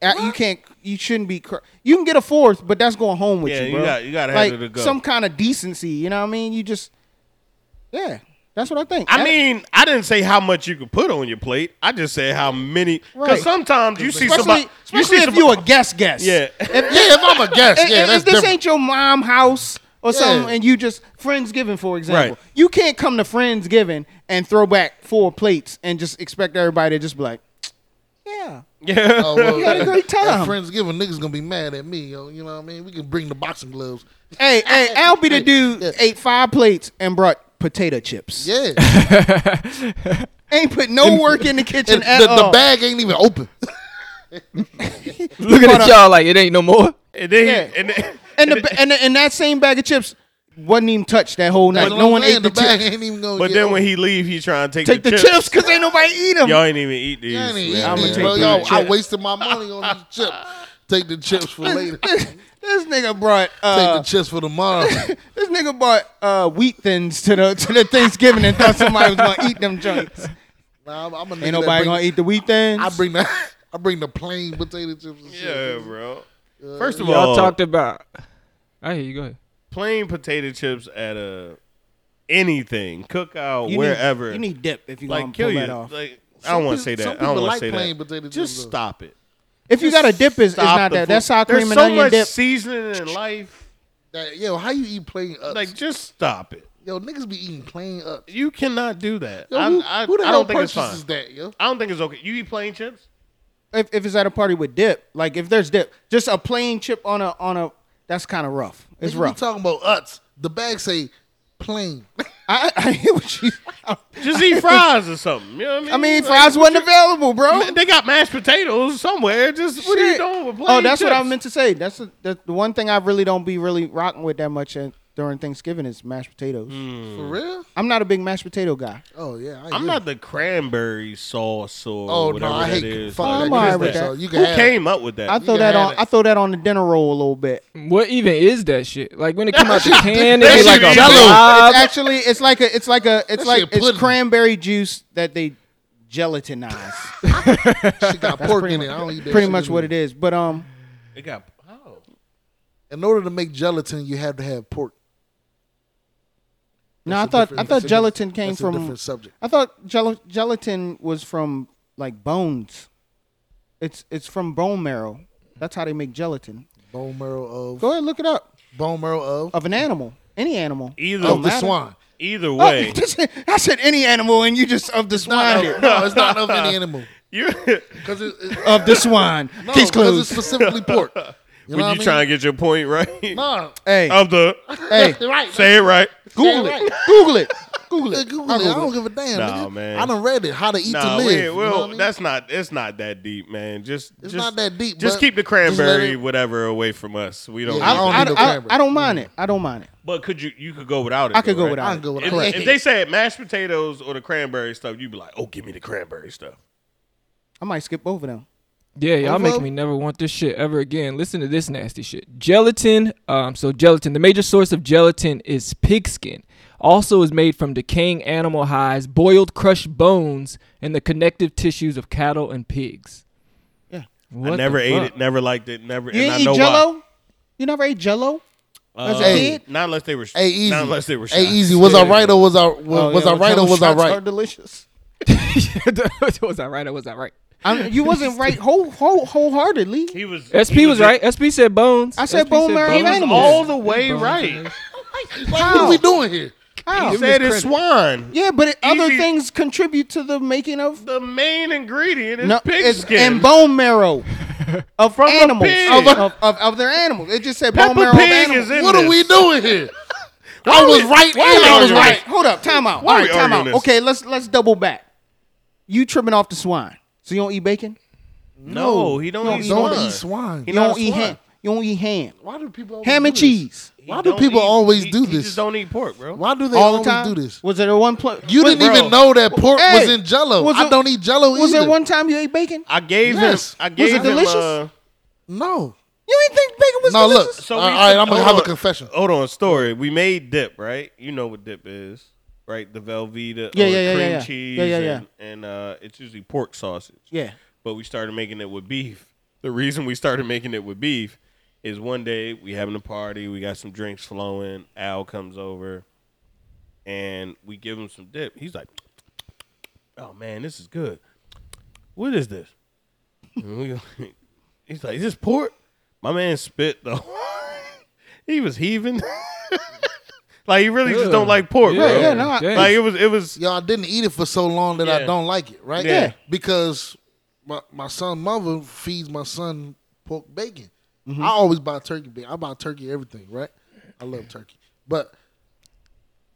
Uh, you can't. You shouldn't be. Cr- you can get a fourth, but that's going home with Yeah, you, you bro. got- you gotta have like, it to go. Some kind of decency, you know what I mean? You just, yeah. That's what I think. I That- mean, I didn't say how much you could put on your plate. I just said how many. Because Right. sometimes you see especially, somebody. especially you see if somebody- you a guest guest. Yeah. *laughs* If, Yeah, if I'm a guest, if- yeah, if that's this different. ain't your mom house or Yeah. something, and you just friendsgiving, for example, Right. you can't come to friendsgiving and throw back four plates and just expect everybody to just be like, yeah, yeah. Oh, well, had a *laughs* great at time. Friendsgiving niggas gonna be mad at me, yo. You *laughs* know what I mean? We can bring the boxing gloves. hey, hey, I'll be the dude ate five plates and brought potato chips. Yeah. *laughs* Ain't put no work in the kitchen And at the, all. the bag ain't even open. Looking Hold at up. y'all like it ain't no more. *laughs* And then, Yeah. and then and, the, ba- and, the, and that same bag of chips wasn't even touched that whole night. That's what No I'm one saying. ate the, the bag. chips. Ain't even gonna but get then open. when he leave, he trying to take, *laughs* Take the chips because ain't nobody eat them. Y'all ain't even eat these. I ain't even man. eat I'ma these, take bro. the Yo, I chip. wasted my money on these chips. Take the *laughs* chips for later. Take *laughs* This nigga brought the uh, chips *laughs* for tomorrow. this nigga brought uh, wheat thins to the to the Thanksgiving and thought somebody was gonna eat them *laughs* junks. nah, I'm, I'm a nigga Ain't that nobody bring- gonna eat the wheat thins. I bring the *laughs* I bring the plain potato chips and shit. Yeah, bro. First of Y'all all, talked about. I hear you. Go ahead. plain potato chips at a anything cookout You need- wherever. you need dip if you like gonna kill pull you. that off. Like I don't want Some to say peop- some that. I don't people want like to say plain that. potato Just chips, though. stop it. if you got a dip, it's, it's Stop not the that. food. That sour cream There's and so onion much dip. seasoning in life. That- yo, how you eat plain ups? Like just stop it. yo, niggas be eating plain ups. You cannot do that. Yo, I, who, I, who the I hell don't think it's purchases fine. that, yo? I don't think it's okay. You eat plain chips? If, if it's at a party with dip, like if there's dip, just a plain chip on a on a that's kind of rough. It's Nigga, rough. We talking about uts. The bag say plain. *laughs* I, I hear what you. Just eat fries or something. You know what I mean? I mean, Like, fries wasn't available, bro. They got mashed potatoes somewhere. Just what are you Shit. doing with plain Oh, that's what I chips? meant to say. That's the- the the one thing I really don't be really rocking with that much at, during Thanksgiving is mashed potatoes. Mm. For real? I'm not a big mashed potato guy. Oh yeah. I I'm yeah. not the cranberry sauce or Oh no, whatever I that hate is. fuck I'm that. all right Chris with Brown. that. So you can Who have it. came up with that? I throw can that have on. it. I throw that on the dinner roll a little *laughs* bit. What even is that shit? Like when it come out the can, that it be shit like a is yellow. It's blob. actually, it's like a, it's like a, it's That like shit it's pudding. cranberry juice that they *laughs* gelatinize. She *laughs* got That's pork pretty in it. much- I don't eat that. pretty shit much what anyway. it is. But um, It got oh. In order to make gelatin, you have to have pork. no, I That's a thought I different- thought that's a gelatin different- came that's a from. different subject. I thought gel- gelatin was from like bones. It's it's from bone marrow. That's how they make gelatin. Bone marrow of Go ahead, look it up. bone marrow of Of an animal, any animal. Either of the matter. swine. either Oh, *laughs* way, *laughs* I said any animal, and you just of the swine. No, no, it's not of any animal. you *laughs* Because it, it, *laughs* Of the swine. no, Case 'cause it's closed. specifically pork. You know when you what I mean? trying to get your *laughs* point right Nah, Hey, of the hey, right. say it right. Google right. it. Google it. Google Yeah, it. Google I'll it. I Google don't it. give a damn. Nah, nigga. man. I done read it. How to eat to Nah, we live. ain't- you know well, what I mean? that's not it's not that deep, man. Just It's just- not that deep, Just but keep the just let cranberry it- whatever away from us. We don't. Yeah, I need don't it. I, need no I- camera. I don't mind it. I don't mind it. but could you? You could go without it. I could though, go right? without I can go with If, it. if they said mashed potatoes or the cranberry stuff, you'd be like, "Oh, give me the cranberry stuff." I might skip over them. Yeah, y'all Overall- making me never want this shit ever again. Listen to this nasty shit. Gelatin. Um, so gelatin. The major source of gelatin is pigskin. Also is made from decaying animal hides, boiled crushed bones, and the connective tissues of cattle and pigs. Yeah. What I the never ate fuck? *laughs* it. Never liked it. Never. You and didn't I eat know why. Jello? You never ate Jello? As a Uh, kid? Not unless they were. Hey, easy. Not unless they were. Hey, shots. easy. Was I right or was I was, Oh, was yeah, I right or Jello was I shots Are right? delicious. was I right? Was I right? I'm, you *laughs* wasn't right whole, whole wholeheartedly. He was. SP he was right. SP said bones. I said SP bone marrow He bones. was Animals. all the way right. What are we doing here? How? He said it's swine. Yeah, but it, other Easy- things contribute to the making of The main ingredient is no, pig it's- skin. and bone marrow *laughs* of From a animals pig. of, of, of, of their animals. It just said bone Peppa marrow of Pig animals. is in What this. are we doing here? I was right and why are I we was arguing? right. Hold up, time out. Why All are right, we time out. arguing this? Okay, let's let's double back. You tripping off the swine, so you don't eat bacon. No, he don't, No, eat, he Don't swine. eat swine. He You don't not a eat swine. ham. You don't eat ham. Why do people always Ham do and this? cheese. He Why do don't people eat- always he- do He this? just don't eat pork, bro. Why do they All the always time. do this? Was there one place You didn't bro. even know that pork was Hey, in Jello. was I it- don't eat Jello either. Was there one time you ate bacon? I gave Yes. him. I Was gave it him. delicious? uh, No. You didn't think bacon was No, look. delicious? So all we right, took- I'm gonna hold have a on. confession. hold on, story. We made dip, right? You know what dip is, right? The Velveeta, Yeah, yeah, or yeah, cream yeah, yeah. cheese, Yeah, yeah, yeah. and, and uh, it's usually pork sausage. Yeah. but we started making it with beef. The reason we started making it with beef is one day we having a party, we got some drinks flowing. Al comes over, and we give him some dip. He's like, "Oh man, this is good. What is this?" And we go- *laughs* He's like, "Is this pork?" My man spit though. *laughs* he was heaving. *laughs* like he really just don't Ugh. like pork, Yeah, bro. yeah, no, I- Damn. Like it was, it was. Yo, I didn't eat it for so long that I Yeah. don't like it, right? Yeah. Because my, my son mother feeds my son pork bacon. Mm-hmm. I always buy turkey bacon. I buy turkey everything, right? I love turkey. But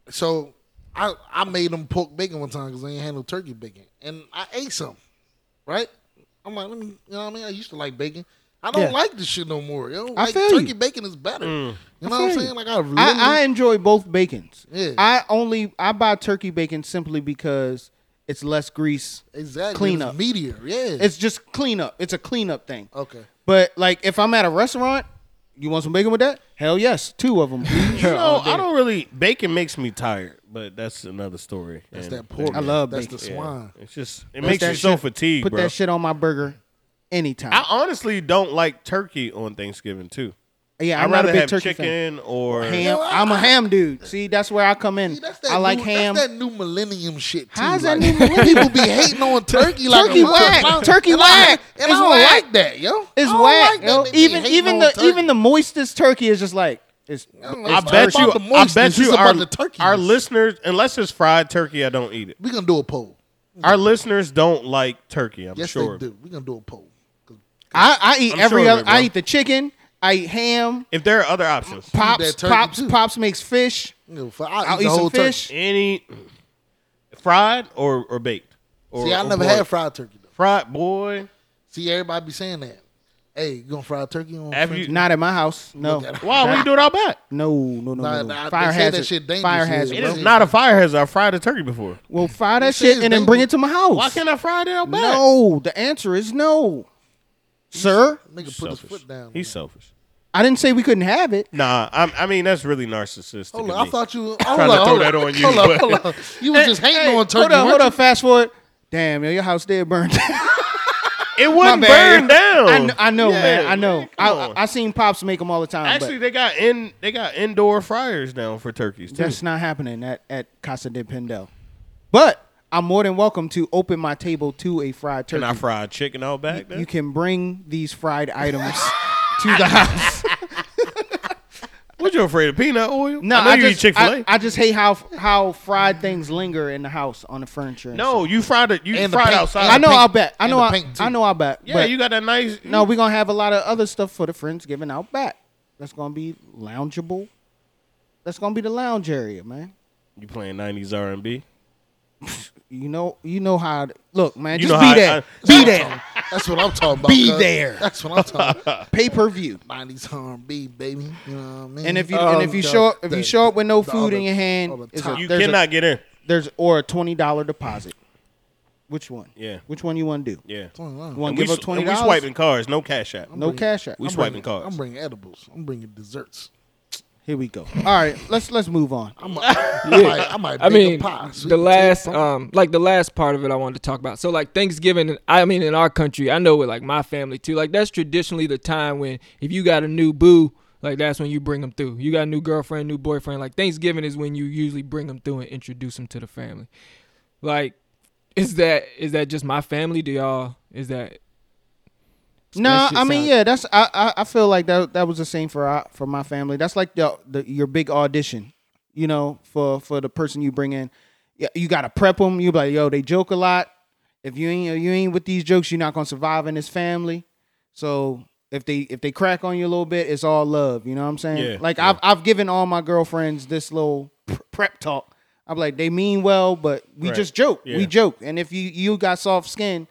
so I, I made them pork bacon one time because they ain't had no turkey bacon, and I ate some. Right? I'm like, let me. You know what I mean? I used to like bacon. I don't Yeah. like this shit no more. Yo, I like feel turkey you. Mm. bacon is better. You I know what I'm feel saying? you. Like I, really, I, I enjoy both bacons. Yeah. I only I buy turkey bacon simply because it's less grease. exactly clean it's up. meteor. Yeah, It's just cleanup. It's a cleanup thing. okay. But like if I'm at a restaurant, you want some bacon with that? Hell yes, two *laughs* of them. You know, I don't really. Bacon makes me tired, but that's another story. That's And- that pork. I love that's the bacon. Yeah. swine. It's just it *laughs* makes that you so shit- fatigued, Put bro. that shit on my burger anytime. I honestly don't like turkey on Thanksgiving too. yeah, I'd I'm not rather a big have turkey chicken fan. or Ham. I'm a ham dude. See, that's where I come in. See, that's that I like new, ham. That's that new millennium shit. Too. How's that like, new millennium? People be hating on turkey like Turkey a mother- whack. and I- Turkey and I- whack. And I It's don't whack. like that, yo. It's I don't whack. like that yo. they be Even hating even on the turkey. even the moistest turkey is just like it's. I It's bet about you, the I moistness. bet It's you, about our, the turkey. our listeners, unless it's fried turkey, I don't eat it. We're gonna do a poll. Our listeners don't like turkey. I'm Yes, sure. they do. We're gonna do a poll. 'Cause I, I eat I'm every sure of other. it, bro. I eat the chicken. I eat ham. If there are other options, Pops turkey, pops too. pops makes fish. you know, for- I'll, I'll eat eat the some whole turkey. fish. any fried or or baked. Or, See, I or never boiled. had fried turkey though. fried boy. See, everybody be saying that. Hey, you gonna fry turkey on? Have French- you? Not at my house. No. Look at Why we do it out back? No, no, no, no. Nah, nah, no. they Fire say that hazard. shit dangerous, Fire yeah. hazard. It bro. is not a fire hazard. I fried a turkey before. Well, fry that say shit it's and then bring it dangerous. to my house. Why can't I fry that out back? No, the answer is no, sir. Nigga put his Selfish. foot down. He's selfish. I didn't say we couldn't have it. Nah, I'm, I mean that's really narcissistic. Hold of on, I me. thought you. Hold Trying to on, throw hold that on, on you, Hold on, but- hold *laughs* on. You was just hating on turkey. Hold up, hold weren't up. Fast forward. Damn, yo, your house dead *laughs* burned. it wouldn't My bad. burn down. I know, I know Yeah, man. I know. come I, on. I, I seen pops make them all the time. Actually, Actually, they got in they got indoor fryers now for turkeys too. that's not happening at at Casa de Pendel. But I'm more than welcome to open my table to a fried turkey. Can I fry a chicken out back? Then? you can bring these *laughs* fried items to the house. What you afraid of peanut oil? No, I, know I, you just eat Chick Fil I, A. I just hate how how fried things linger in the house on the furniture. and No, you fried it. You And the fried paint- outside. and I know paint- I'll bet. I and know the I, paint, too. I know I'll bet. Yeah, but you got that nice. no, we're gonna have a lot of other stuff for the friends giving out back. That's gonna be loungeable. That's gonna be the lounge area, man. you playing nineties R and B? You know, you know how. To, look, man, You just know how be I- there, I- be there, That's what I'm talking about. Be cuz. there. That's what I'm *laughs* talking about. pay per view. 90s R&B, baby. You know what I mean? Um, And if you and if you the- show up, if the- you show up with no the food other- in your other hand, it's a, top. You there's a- cannot get in. there's or a twenty dollar deposit. Which one? Yeah. Which one you want to do? Yeah. Oh, wow. You want And to we, give up sw- and twenty we dollars? swiping cars, no cash app. No cash out. We I'm swiping cars. I'm bringing edibles. I'm bringing desserts. Here we go. All right, let's let's move on. I'm a, I might, I might I bake a mean, pie. Sweet the last, potato um, like the last part of it, I wanted to talk about. So, like Thanksgiving, I mean, in our country, I know with like my family too. Like that's traditionally the time when if you got a new boo, like that's when you bring them through. You got a new girlfriend, new boyfriend. Like Thanksgiving is when you usually bring them through and introduce them to the family. Like, is that is that just my family? Do y'all is that? No, That shit I mean, sound- yeah, that's I, I I feel like that that was the same for our, for my family. That's like the, the your big audition, you know, for for the person you bring in. Yeah, you gotta prep them. You be like, yo, they joke a lot. If you ain't if you ain't with these jokes, you're not gonna survive in this family. So if they if they crack on you a little bit, it's all love. You know what I'm saying? Yeah, like I've I've given all my girlfriends this little pr- prep talk. I'm like, they mean well, but we Right. just joke. Yeah. We joke. And if you you got soft skin,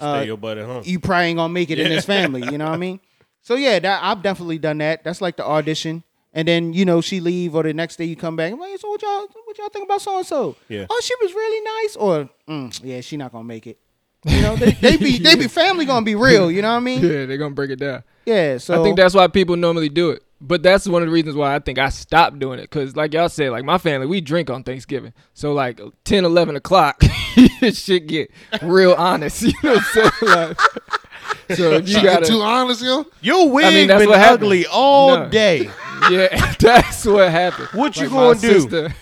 uh, Stay your butt at home. you probably ain't gonna make it in this family. You know what I mean? So yeah, that, I've definitely done that. That's like the audition, and then you know she leave or the next day you come back. I'm like, so what y'all what y'all think about so and so? Yeah. Oh, she was really nice, or mm, yeah, she not gonna make it. You know, they, they be they *laughs* be family gonna be real. You know what I mean? Yeah, they're gonna break it down. Yeah. So I think that's why people normally do it. But that's one of the reasons why I think I stopped doing it. Cause like y'all said, like my family, we drink on Thanksgiving. So like 10, 11 o'clock, *laughs* shit get real honest. *laughs* You know what I'm saying? Like, so if you pie. Get gotta, too honest, yo. Your wig that's been what happened. ugly all No. day. *laughs* yeah, that's what happened. What you Like, gonna do? Sister,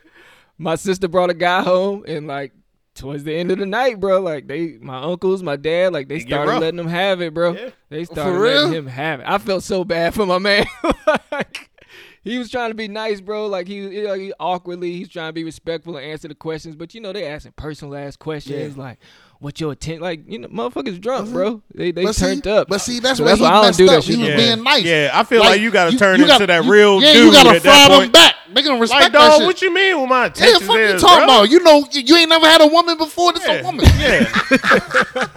*laughs* my sister brought a guy home and like towards the end of the night, bro, like they my uncles, my dad, like they get started rough. letting him have it, bro. Yeah. They started real? letting him have it. I felt so bad for my man. *laughs* like he was trying to be nice, bro. Like he, you know, he awkwardly, he's trying to be respectful and answer the questions. But you know, they asking personal ass questions like, "What your intent?" Like you know, motherfuckers drunk, bro. They they Mm-hmm. But see- turned up. But see, that's So where that's he why I don't messed do that up. shit. He was Yeah. being nice. Yeah, I feel like you gotta turn into that you- real yeah, dude you gotta at fry that them point. back. Make them respect Like, that dog, shit. what you mean with my yeah, attention? fuck you talking about? You know, you, you ain't never had a woman before. This a woman. Yeah.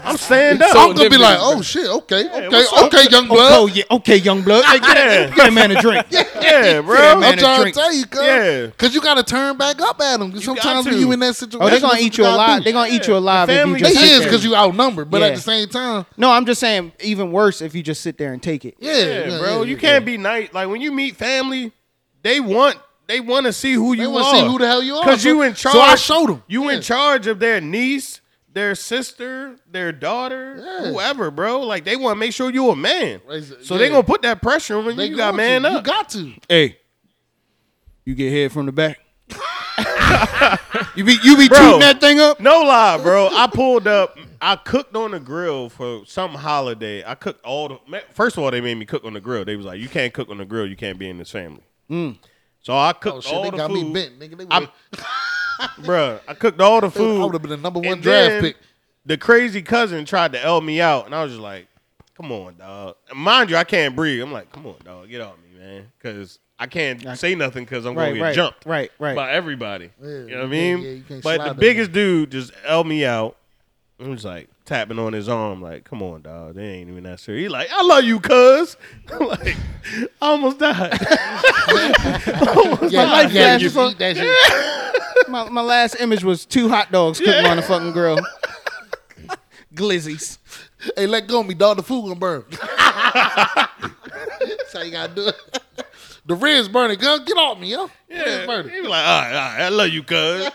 I'm stand up. I'm gonna be different. like, oh shit, okay, okay, what's up? okay, young Oh blood. yeah, okay, young blood. Hey, get, Yeah. that, get that man a drink. yeah, Yeah, bro. man, a I'm trying to drink. tell you, cuz. Yeah. Cause you gotta turn back up at them. Sometimes got when to. you in that situation, Oh, they're gonna that's eat what you alive. gotta They're do. gonna eat you Yeah. alive if you Family just gonna They take sit is there. because you outnumbered, but Yeah. at the same time, No, I'm just saying, even worse if you just sit there and take it. yeah, Yeah, yeah, bro. yeah, you yeah. can't be nice. Like when you meet family, they want they want to see who They you want are. to see who the hell you are. Cause So- you in charge. So I showed them. You in charge of their niece, their sister, their daughter, Yeah. whoever, bro. Like they want to make sure you a man. Right, So yeah. they gonna put that pressure on you. you got man You up. got to. Hey, you get head from the *laughs* back. you be you be Bro. tooting that thing up. No lie, bro. I pulled up. I cooked on the grill for some holiday. I cooked all the. ma- First of all, they made me cook on the grill. They was like, "You can't cook on the grill. You can't be in this family." So I cooked Mm. Oh shit, all they the got food, me bent, nigga. They I'm- would've- bro. I cooked all the food. I would have been the number one And draft then pick. The crazy cousin tried to L me out, and I was just like, "Come on, dog." And mind you, I can't breathe. I'm like, "Come on, dog, get off me, man," because I can't say nothing because I'm Right, gonna get right, jumped right, right. by everybody. you know what I yeah, yeah, mean? you can't but slide the on biggest dude just L me out. I was like tapping on his arm, like, "Come on, dog, they ain't even that serious." He like, "I love you, cuz." *laughs* I'm like, I almost died. *laughs* Yeah, life yeah, you flashes on- eat that shit. My, my last image was two hot dogs cooking on a fucking *laughs* grill. Glizzies. Hey, let go of me, dog. The food gonna burn. *laughs* That's how you gotta do it. *laughs* The red's burning, girl. Get off me, yo. Red's Yeah. He burning. was like, "All right, all right, I love you, *laughs* cuz."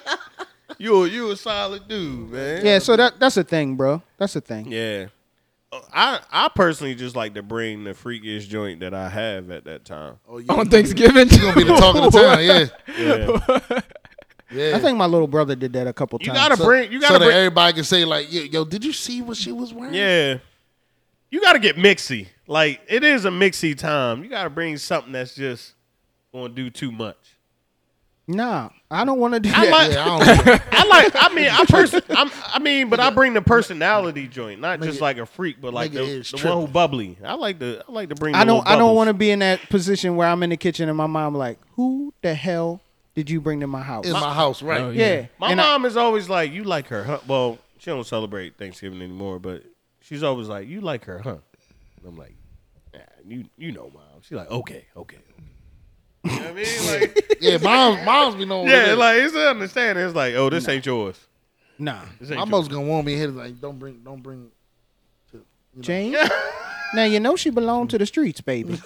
You a, you a solid dude, man. Yeah, so that that's a thing, bro. That's a thing. Yeah. Uh, I I personally just like to bring the freakiest joint that I have at that time. Oh, yeah. on Thanksgiving. You gonna be the *laughs* talk of the town, *laughs* yeah. Yeah. Yeah. I think my little brother did that a couple you times. gotta bring you so gotta that bring everybody can say like, yo, yo, did you see what she was wearing? Yeah. You gotta get mixy. Like it is a mixy time. You gotta bring something that's just gonna do too much. nah, I don't want to do I that. like Yeah, I don't know. I like I mean I person I'm, I mean but I bring the personality joint, not just like a freak, but like nigga the, is the one who bubbly. I like the I like to bring I don't I don't want to be in that position where I'm in the kitchen and my mom like, who the hell did you bring to my house? In my house, right? *laughs* Oh, yeah. yeah. My and I- mom is always like, "You like her, huh?" Well, she don't celebrate Thanksgiving anymore, but she's always like, "You like her, huh?" And I'm like, "Nah, "You, you know, mom." She's like, "Okay, okay." You know what I mean? Like, Yeah, moms, moms be knowing. *laughs* yeah, what it like it's an understanding. It's like, "Oh, this ain't yours." nah. is. This ain't my yours. mom's gonna warn me ahead like, don't bring, don't bring. Jane. now you know she belonged to the streets, *laughs* baby.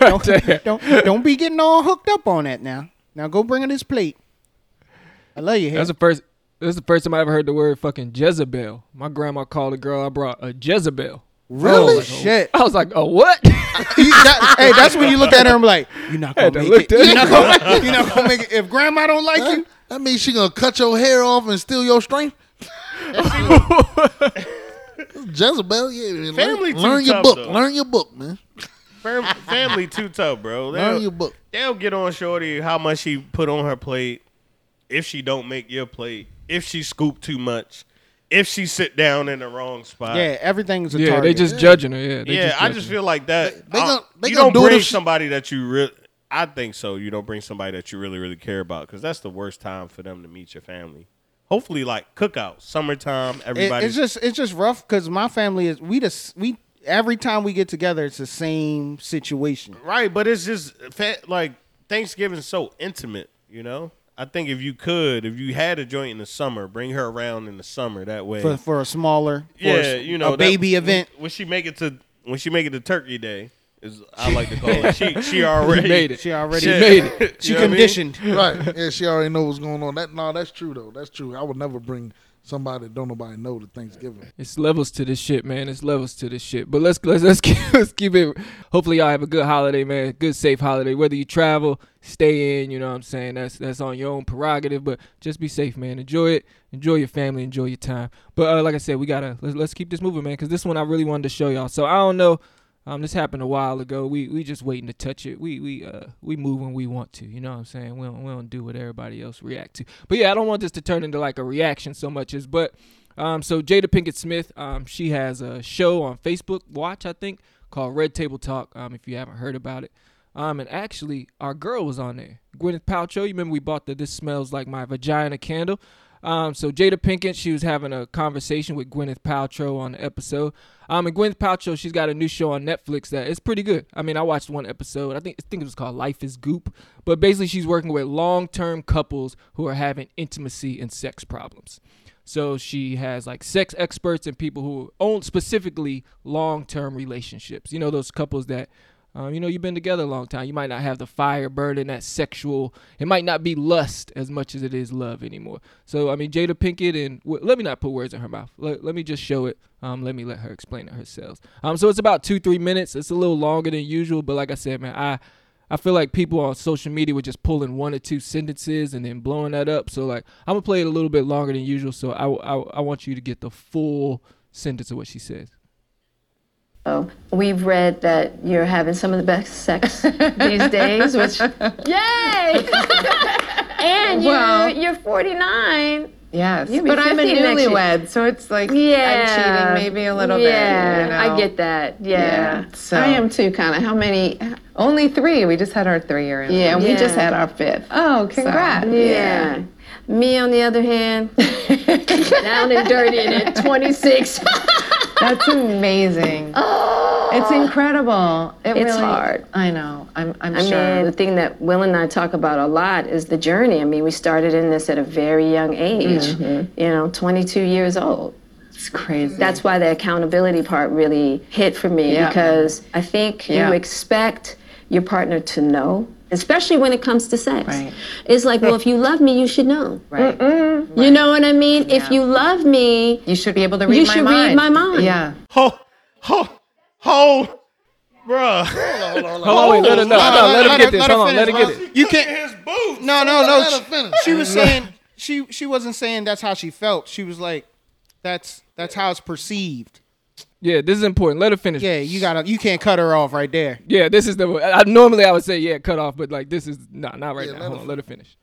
don't, don't don't be getting all hooked up on that now. Now go bring her this plate. I love you. That's That's the first. That's the first time I ever heard the word fucking Jezebel. My grandma called a girl I brought a Jezebel. really shit. I was like, oh *laughs* what? You- that- hey, that's when you look at her and be like, you're not gonna to make look it. that You're not gonna, *laughs* you're not gonna make it. If grandma don't like you, That means she gonna cut your hair off and steal your strength. *laughs* Jezebel, yeah. man, Family learn, learn too your tough, book. though. Learn your book, man. Fam- family too tough, bro. Learn your They'll, book. they'll get on shorty how much she put on her plate. If she don't make your plate, if she scoop too much, if she sit down in the wrong spot, yeah, everything's a yeah, target. they just judging her. Yeah, they yeah, I judging just her. feel like that. They- they uh, gon- they you gon' don't do bring this- somebody that you really. I think so. You don't bring somebody that you really, really care about because that's the worst time for them to meet your family. Hopefully, like cookouts, summertime, It- everybody. it's just it's just rough because my family is we just we every time we get together it's the same situation. right, but it's just fa- like Thanksgiving's so intimate. You know, I think if you could, if you had a joint in the summer, bring her around in the summer. That way, For, for a smaller, for a yeah, s- you know, a that- baby event. when she make it to when she make it to Turkey Day. Is I like to call it. She she already made it. She already *laughs* Yeah. made it. *laughs* She You know what I mean? conditioned. right. *laughs* Yeah, she already know what's going on. That no, that's true though. That's true. I would never bring somebody that don't nobody know to *laughs* Thanksgiving. It's levels to this shit, man. It's levels to this shit. But let's let's *laughs* let's keep, let's keep it. Hopefully, y'all have a good holiday, man. Good safe holiday. Whether you travel, stay in, you know what I'm saying. That's that's on your own prerogative. But just be safe, man. Enjoy it. Enjoy your family. Enjoy your time. But uh, like I said, we gotta let's let's keep this moving, man. Cause this one I really wanted to show y'all. So I don't know. Um, this happened a while ago. We we just waiting to touch it. We we uh we move when we want to. You know what I'm saying? We don't we don't do what everybody else react to. But yeah, I don't want this to turn into like a reaction so much as but um so Jada Pinkett Smith um she has a show on Facebook Watch I think called Red Table Talk. Um, if you haven't heard about it. Um, and actually, our girl was on there. Gwyneth Paltrow. You remember we bought the "This Smells Like My Vagina" candle. Um, so Jada Pinkett, she was having a conversation with Gwyneth Paltrow on the episode. Um, and Gwyneth Paltrow, she's got a new show on Netflix that is pretty good. I mean, I watched one episode. I think I think it was called Life Is Goop. But basically, she's working with long-term couples who are having intimacy and sex problems. So she has like sex experts and people who own specifically long-term relationships. You know, those couples that um, you know, you've been together a long time. You might not have the fire burning, that sexual. It might not be lust as much as it is love anymore. So, I mean, Jada Pinkett and w- let me not put words in her mouth. Let, let me just show it. Um, let me let her explain it herself. Um, so it's about two, three minutes. It's a little longer than usual, but like I said, man, I I feel like people on social media were just pulling one or two sentences and then blowing that up. So like, I'm gonna play it a little bit longer than usual. So I I, I want you to get the full sentence of what she says. So we've read that you're having some of the best sex these days, *laughs* which yay! and you're Well- you're 49. Yes, You'll be but I'm a 50 next year. newlywed, so it's like Yeah, I'm cheating maybe a little yeah, bit. I get that. Yeah, so- I am too, kind of. How many? Yeah, Only three. We just had our three-year anniversary. we Yeah. just had our fifth. Oh, congrats! yeah. Me on the other hand, down and dirty and at *laughs* 26. *laughs* *laughs* That's amazing. It's incredible. It Oh. It's really, hard. I know. I'm. I'm I sure. mean, the thing that Will and I talk about a lot is the journey. I mean, we started in this at a very young age, Mm-hmm. you know, 22 years old. It's crazy. That's why the accountability part really hit for me Yeah. because I think Yeah. you expect your partner to know, especially when it comes to sex. Right. It's like, well, if you love me, you should know. Right. You know what I mean? If you love me, You should be able to read You my should mind. read my mind. Yeah. Ho, ho, ho, bruh. Hold on, hold on, Hold on, wait, no, no, no, Hold no, on, let her hold get on, Oh, this. let her Hold on, let her finish, get Ross. it. You can't. His boots. No, no, Let her no. finish. She, she was saying she she wasn't saying that's how she felt. She was like, that's that's how it's perceived. Yeah, this is important. Let her finish. Yeah, you gotta you can't cut her off right there. Yeah, this is the. I, I- normally I would say yeah, cut off, but like this is not not right now. Hold on, let her finish.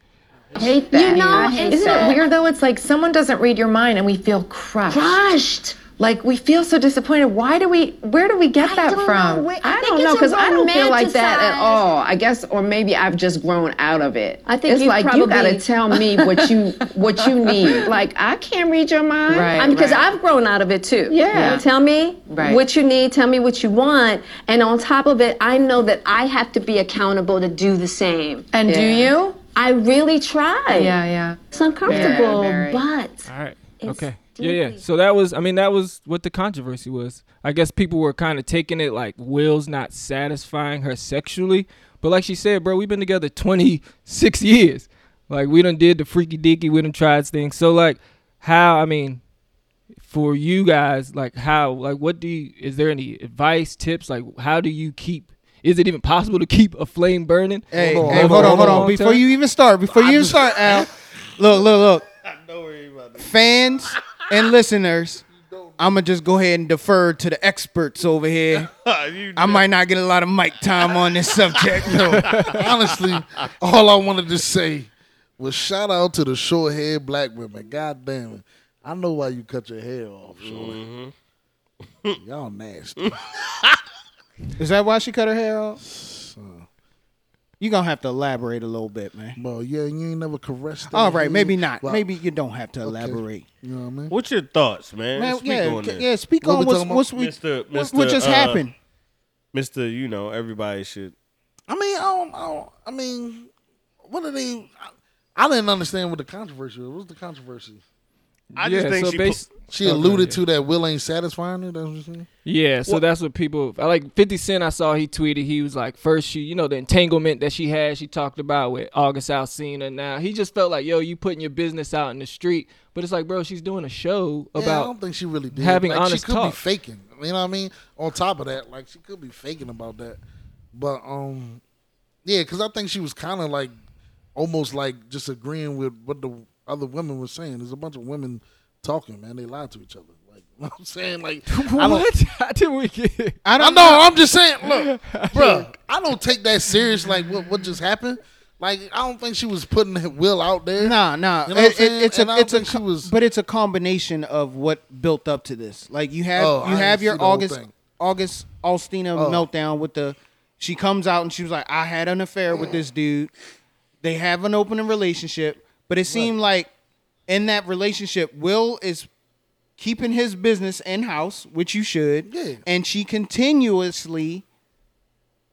I hate that. you know, and Isn't it weird though? It's like someone doesn't read your mind and we feel crushed. crushed. Like we feel so disappointed. Why do we? Where do we get that don't from? know where- I I, think don't it's know a because I don't feel like that romanticized- at all. I guess, or maybe I've just grown out of it. I think it's you like you probably- gotta tell me what *laughs* you what you need. Like I can't read your mind. Right. I'm because I've grown out of it too. Yeah. You Tell me Right. what you need, tell me what you want. And on top of it, I know that I have to be accountable to do the same. and do you? I really try. Yeah, yeah. It's uncomfortable, Very, very. but All right. It's okay. Yeah, yeah. deeply- So that was. I mean, that was what the controversy was. I guess people were kind of taking it like Will's not satisfying her sexually, but like she said, bro, we've been together 26 years. Like we done did the freaky deaky, we done tried things. So like, how? I mean, for you guys, like how? Like what do you? Is there any advice, tips? Like how do you keep? Is it even possible to keep a flame burning? Hey, over a hey, hold, on, long- hold on, long Before time? you even start, before you even start, Al, *laughs* look, look, look. Fans and listeners, I'm gonna just go ahead and defer to the experts over here. I might not get a lot of mic time on this subject. honestly, all I wanted to say was shout out to the short haired black women. God damn it. I know why you cut your hair off, short. Mm-hmm. Y'all *laughs* nasty. Is that why she cut her hair off? You gonna have to elaborate a little bit, man. Bro, yeah, you ain't never caressed All that. right, maybe not. Well, Maybe you don't have to elaborate. You know what I mean? What's your thoughts, man? Man, Speak yeah, on c- this. yeah. Speak What on we what's, talking about? what's we, Mr. what, Mr., what just uh, happened. Mr. You know, everybody should. I mean, I don't, I don't, I mean, what are they? I, I didn't understand what the controversy was. What's the controversy? I yeah, just think so she. bas- She alluded to that Will ain't satisfying her. That's what you're saying? Yeah, so that's what people I like. Fifty Cent, I saw he tweeted. He was like, first she, you know, the entanglement that she had. She talked about with August Alsina. Now he just felt like, yo, you putting your business out in the street, but it's like, bro, she's doing a show Yeah, I don't about. think she really did. having like, honest she could talk. be faking. You know what I mean? On top of that, like she could be faking about that. But um, yeah, because I think she was kind of like almost like just agreeing with what the other women were saying. There's a bunch of women talking, man. They lie to each other. Like, *laughs* you know what I'm saying, like, I don't, *laughs* What? *laughs* How did we get? I don't know. I'm just saying, look, bro, I don't take that serious. Like, what what just happened? Like, I don't think she was putting her will out there. Nah, nah. You know what I'm It- it- saying? it's And a, I don't it's a, think co- she was- but it's a combination of what built up to this. Like you have, Oh, I you have didn't see your the whole August, thing. Oh. August Alstina meltdown with the. She comes out and she was like, "I had an affair with this dude." They have an open relationship, but it seemed like in that relationship, Will is keeping his business in house, which you should, Yeah. and she continuously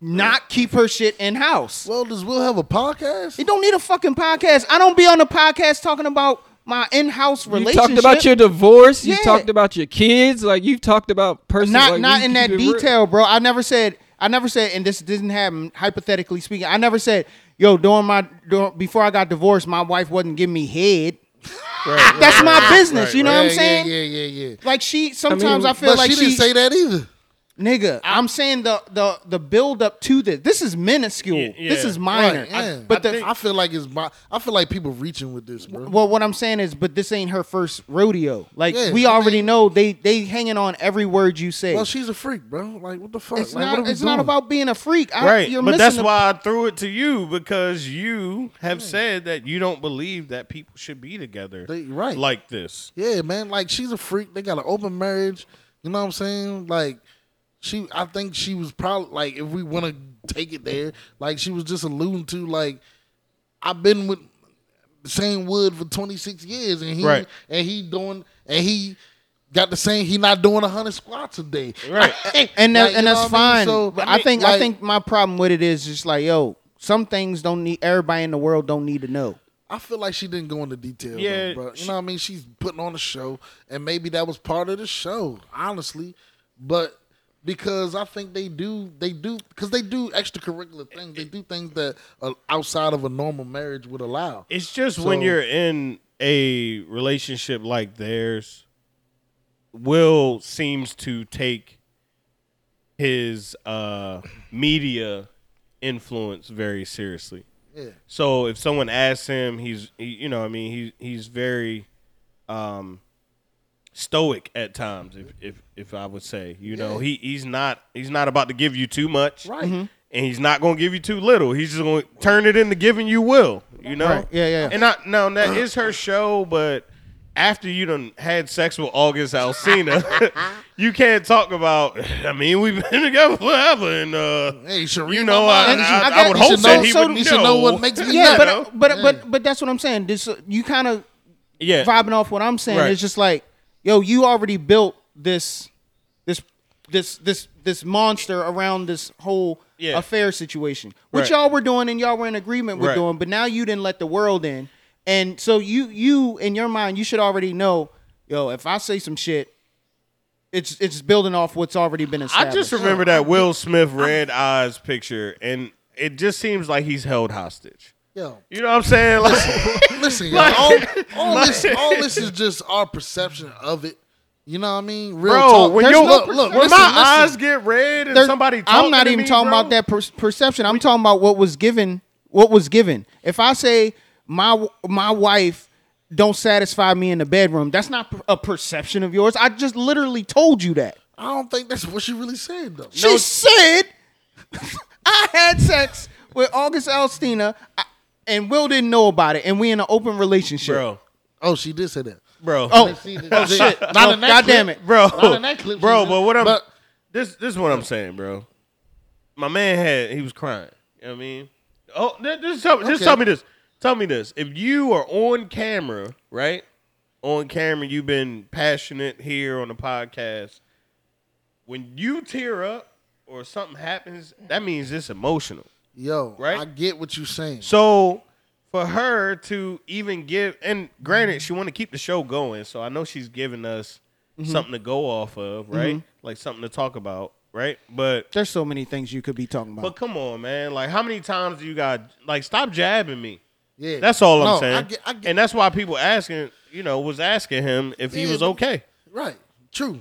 not keep her shit in house. Well, does Will have a podcast? You don't need a fucking podcast. I don't be on the podcast talking about my in-house You relationship. talked about your divorce. You Yeah. talked about your kids. Like you've talked about personal. not like, not we in keep that it real. *laughs* detail, bro. I never said I never said, and this didn't happen. Hypothetically speaking, I never said, yo, during my during, before I got divorced, my wife wasn't giving me head. *laughs* That's my business. you know yeah, what I'm saying? Yeah, yeah, yeah, yeah. Like she sometimes I, feel But like she didn't say that either. nigga. I'm saying the the the build up to this. This is minuscule. Yeah, yeah. This is minor. Right, yeah. but the, I feel like it's my. I feel like people reaching with this, bro. Well, what I'm saying is, but this ain't her first rodeo. Like Yeah, we I already mean- know they they hanging on every word you say. Well, she's a freak, bro. Like, what the fuck? it's Like, what not. are we It's not doing? about being a freak. I, Right, you're but missing that's the- why I threw it to you because you have said that you don't believe that people should be together, They- right. Like this. Yeah, man. Like she's a freak. They got an open marriage. You know what I'm saying? Like she, I think she was probably like, if we want to take it there, like she was just alluding to like, I've been with the same Wood for 26 years, and he Right. and he doing and he. Got the same. He not doing hundred squats a day, Right. and *laughs* Like, that, you and know that's what I fine. mean? So, but I, think I like, think my problem with it is just like yo, some things don't need everybody in the world don't need to know. I feel like she didn't go into detail. Yeah, Yeah, bro. You she- know what I mean? She's putting on a show, and maybe that was part of the show, honestly. But because I think they do, they do, because they do extracurricular things. They do things that uh, outside of a normal marriage would allow. It's just when So- you're in a relationship like theirs, Will seems to take his uh, media influence very seriously. Yeah. So if someone asks him, he's he, you know I mean he he's very um, stoic at times. If if if I would say you know he he's not he's not about to give you too much. Right. Mhm. And he's not gonna give you too little. He's just gonna turn it into giving you will. You know. Right. Yeah, yeah. And I now that is her show, but after you done had sex with August Alsina, *laughs* you can't talk about. I mean, we've been *laughs* together forever, and uh, Hey, Sheree, you know, my I, mind. I I, got- I would you hope should know- that he so would you should know what makes me Yeah, Yeah, but bro. but but but that's what I'm saying. This you kind of yeah. vibing off what I'm saying. Right. It's just like, yo, you already built this, this, this, this, this monster around this whole Yeah. affair situation, which Right. y'all were doing and y'all were in agreement with Right. doing, but now you didn't let the world in, and so you, you in your mind, you should already know, yo, if I say some shit, it's it's building off what's already been I established. just remember that Will Smith red eyes picture, and it just seems like he's held hostage. Yo, You know what I'm saying? *laughs* Like, listen, y'all, all, all this, all this is just our perception of it. You know what I mean? Real bro, talk. when, There's you no look, perception. when Listen, my listen. eyes get red and There- somebody talking I'm not to even me, talking bro, about that per- perception. I'm talking about what was given. What was given. If I say my my wife don't satisfy me in the bedroom, that's not per- a perception of yours. I just literally told you that. I don't think that's what she really said though. She said *laughs* I had sex with August Alstina, I- and Will didn't know about it, and we in an open relationship. bro. Oh, she did say that. Bro, Oh, oh shit. Not Oh, in that God clip. damn it. bro, Not in that clip, bro. Jesus. But what I'm But- this this is what I'm saying, bro. My man had he was crying. You know what I mean, oh, th- just tell, just Okay. tell me this. Tell me this. If you are on camera, right? On camera, you've been passionate here on the podcast. When you tear up or something happens, that means it's emotional. Yo, Right? I get what you're saying. So for her to even give, and granted, she want to keep the show going, so I know she's giving us Mm-hmm. something to go off of, right? Like something to talk about, right? But There's so many things you could be talking about. but come on, man! Like how many times do you got like stop jabbing me? Yeah, That's all I'm No, saying, I get, I get, and that's why people asking, you know, was asking him if he Yeah, was but- okay. right. True.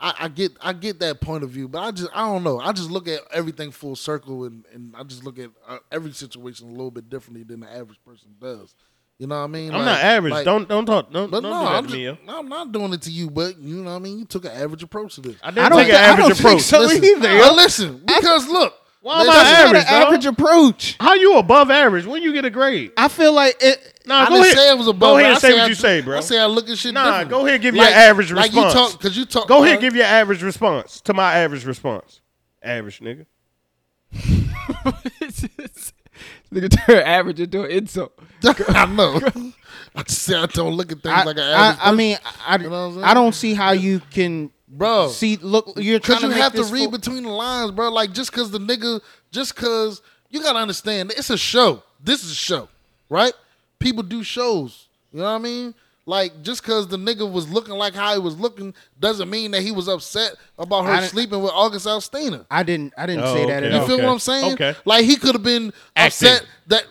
I, I get I get that point of view, but I just I don't know. I just look at everything full circle, and, and I just look at uh, every situation a little bit differently than the average person does. You know what I mean? I'm Like- not average. like- don't don't talk. Don't, But don't no, do that I'm, to me. yo. just, I'm not doing it to you. But you know what I mean? You took an average approach to this. I didn't I don't take an thi- I average don't think approach. so listen, either, no, yo. listen, because look, Why am listen, I That's not an average, dog. average approach. How you above average? When you get a grade? I feel like it. Nah, I go didn't ahead. say it was above. Go ahead I and say said what I- you say, bro. I say I look at shit. Nah, different. go ahead, give your average like response. you talk because you talk. Go ahead, uh, give your average response to my average response. Average nigga. Nigga turn average into an insult. *laughs* I know. I just say I don't look at things I, like an I, average. I mean, I, You know what I'm saying? I don't see how you can Bro. see. Look, you're trying Because to you make have to this read fo- between the lines, bro. Like just because the nigga, just because you gotta understand, it's a show. This is a show, right? People do shows. You know what I mean? Like just because the nigga was looking like how he was looking doesn't mean that he was upset about I her didn't- sleeping with August Alstina. I didn't. I didn't Oh, say that okay. at You all. feel Okay. what I'm saying? Okay. Like he could have been Acting. upset that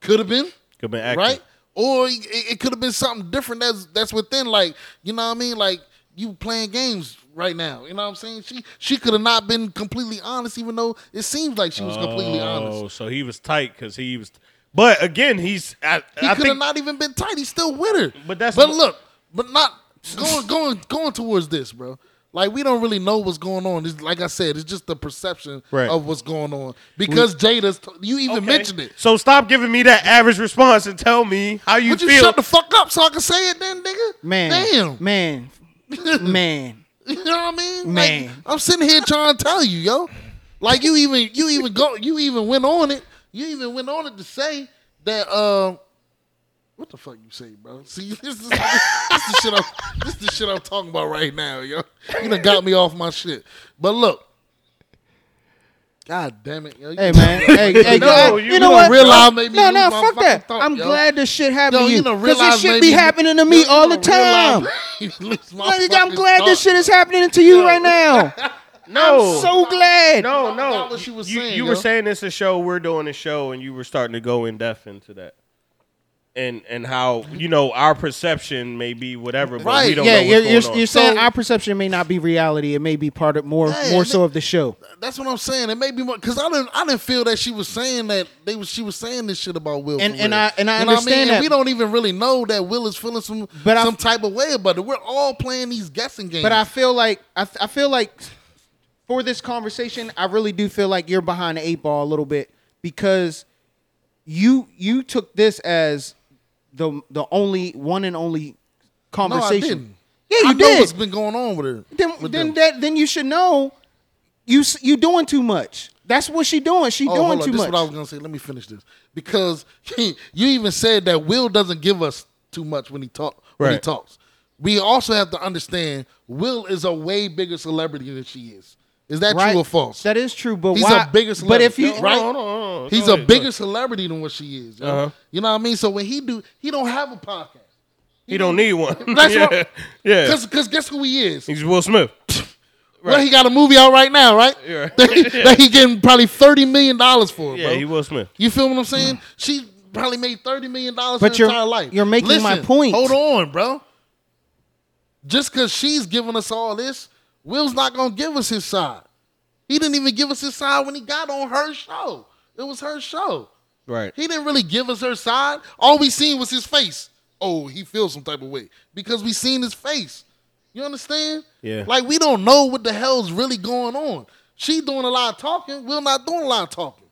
could have been Could been acting. right? Or it, it could have been something different that's that's within like you know what I mean, like you playing games right now. You know what I'm saying? She she could have not been completely honest, even though it seems like she was completely honest. Oh, so he was tight because he was. But again, he's. I, He I could have think not even been tight. He's still with her. But that's but what- look, but not going going going towards this, bro. Like we don't really know what's going on. It's, like I said, it's just the perception Right. of what's going on because Jada's. T- you even Okay. mentioned it. So stop giving me that average response and tell me how you Would you feel. shut the fuck up so I can say it then, nigga? Man, damn, man, man. *laughs* You know what I mean? Like, Man. I'm sitting here trying to tell you, yo. Like you even you even go you even went on it. You even went on it to say that uh what the fuck you say, bro? See, *laughs* this is this the shit I'm this the shit I'm talking about right now, yo. You done got me off my shit. But look. God damn it, yo. You Hey man, hey, hey, No, yo, you you, know don't what? realize made me no, lose no, my fuck that. fucking thought, I'm yo. glad this shit happened Yo, to you you done because realize this shit maybe be you- happening to yo, me you all the done realize time. *laughs* you lose my Like, I'm fucking glad thought. this shit is happening to you right *laughs* now. no, So glad. no, I no. forgot what you was saying, You were yo. saying it's a show. We're doing a show, and you were starting to go in depth into that. And and how you know our perception may be whatever, but we Right. don't Yeah, know what's you're, going you're, on. you're saying So- our perception may not be reality. It may be part of more Yeah, more and so it- of the show. That's what I'm saying. It may be more because I didn't I didn't feel that she was saying that they was she was saying this shit about Will. for And- and real. I- and I You know what understand mean? that. And we don't even really know that Will is feeling some But I- some type of way about it. We're all playing these guessing games. But I feel like I, I feel like for this conversation, I really do feel like you're behind the eight ball a little bit because you you took this as the the only one and only no, I conversation. didn't. Yeah, you I Know did. what's been going on with her? then with then them. that then you should know you s- you doing too much. That's what she doing. She Oh, doing hold on. too this much. is what I was gonna say. Let me finish this because *laughs* you even said that Will doesn't give us too much when he talk when he Right. talks. We also have to understand Will is a way bigger celebrity than she is. Is that Right? true or false? That is true, but He's why? a bigger but celebrity. if you right, hold on, hold on. he's Go a ahead, go bigger ahead. celebrity than what she is. yo. Uh-huh. You know what I mean? So when he do, he don't have a *laughs* podcast. he don't need one. That's *laughs* yeah. what- Yeah, Cause, cause guess who he is? he's Will Smith. Well, he got a movie out right now, right? Yeah. *laughs* that, he, that *laughs* he getting probably thirty million dollars for, Yeah, bro. he Will Smith. You feel what I'm saying? She probably made thirty million dollars her But you're- entire life. you're making my Listen, point. Hold on, bro. Just because she's giving us all this, Will's not gonna give us his side. He didn't even give us his side when he got on her show. It was her show. Right. He didn't really give us her side. All we seen was his face. Oh, he feels some type of way because we seen his face. You understand? Yeah. Like we don't know what the hell's really going on. She doing a lot of talking. We're not doing a lot of talking.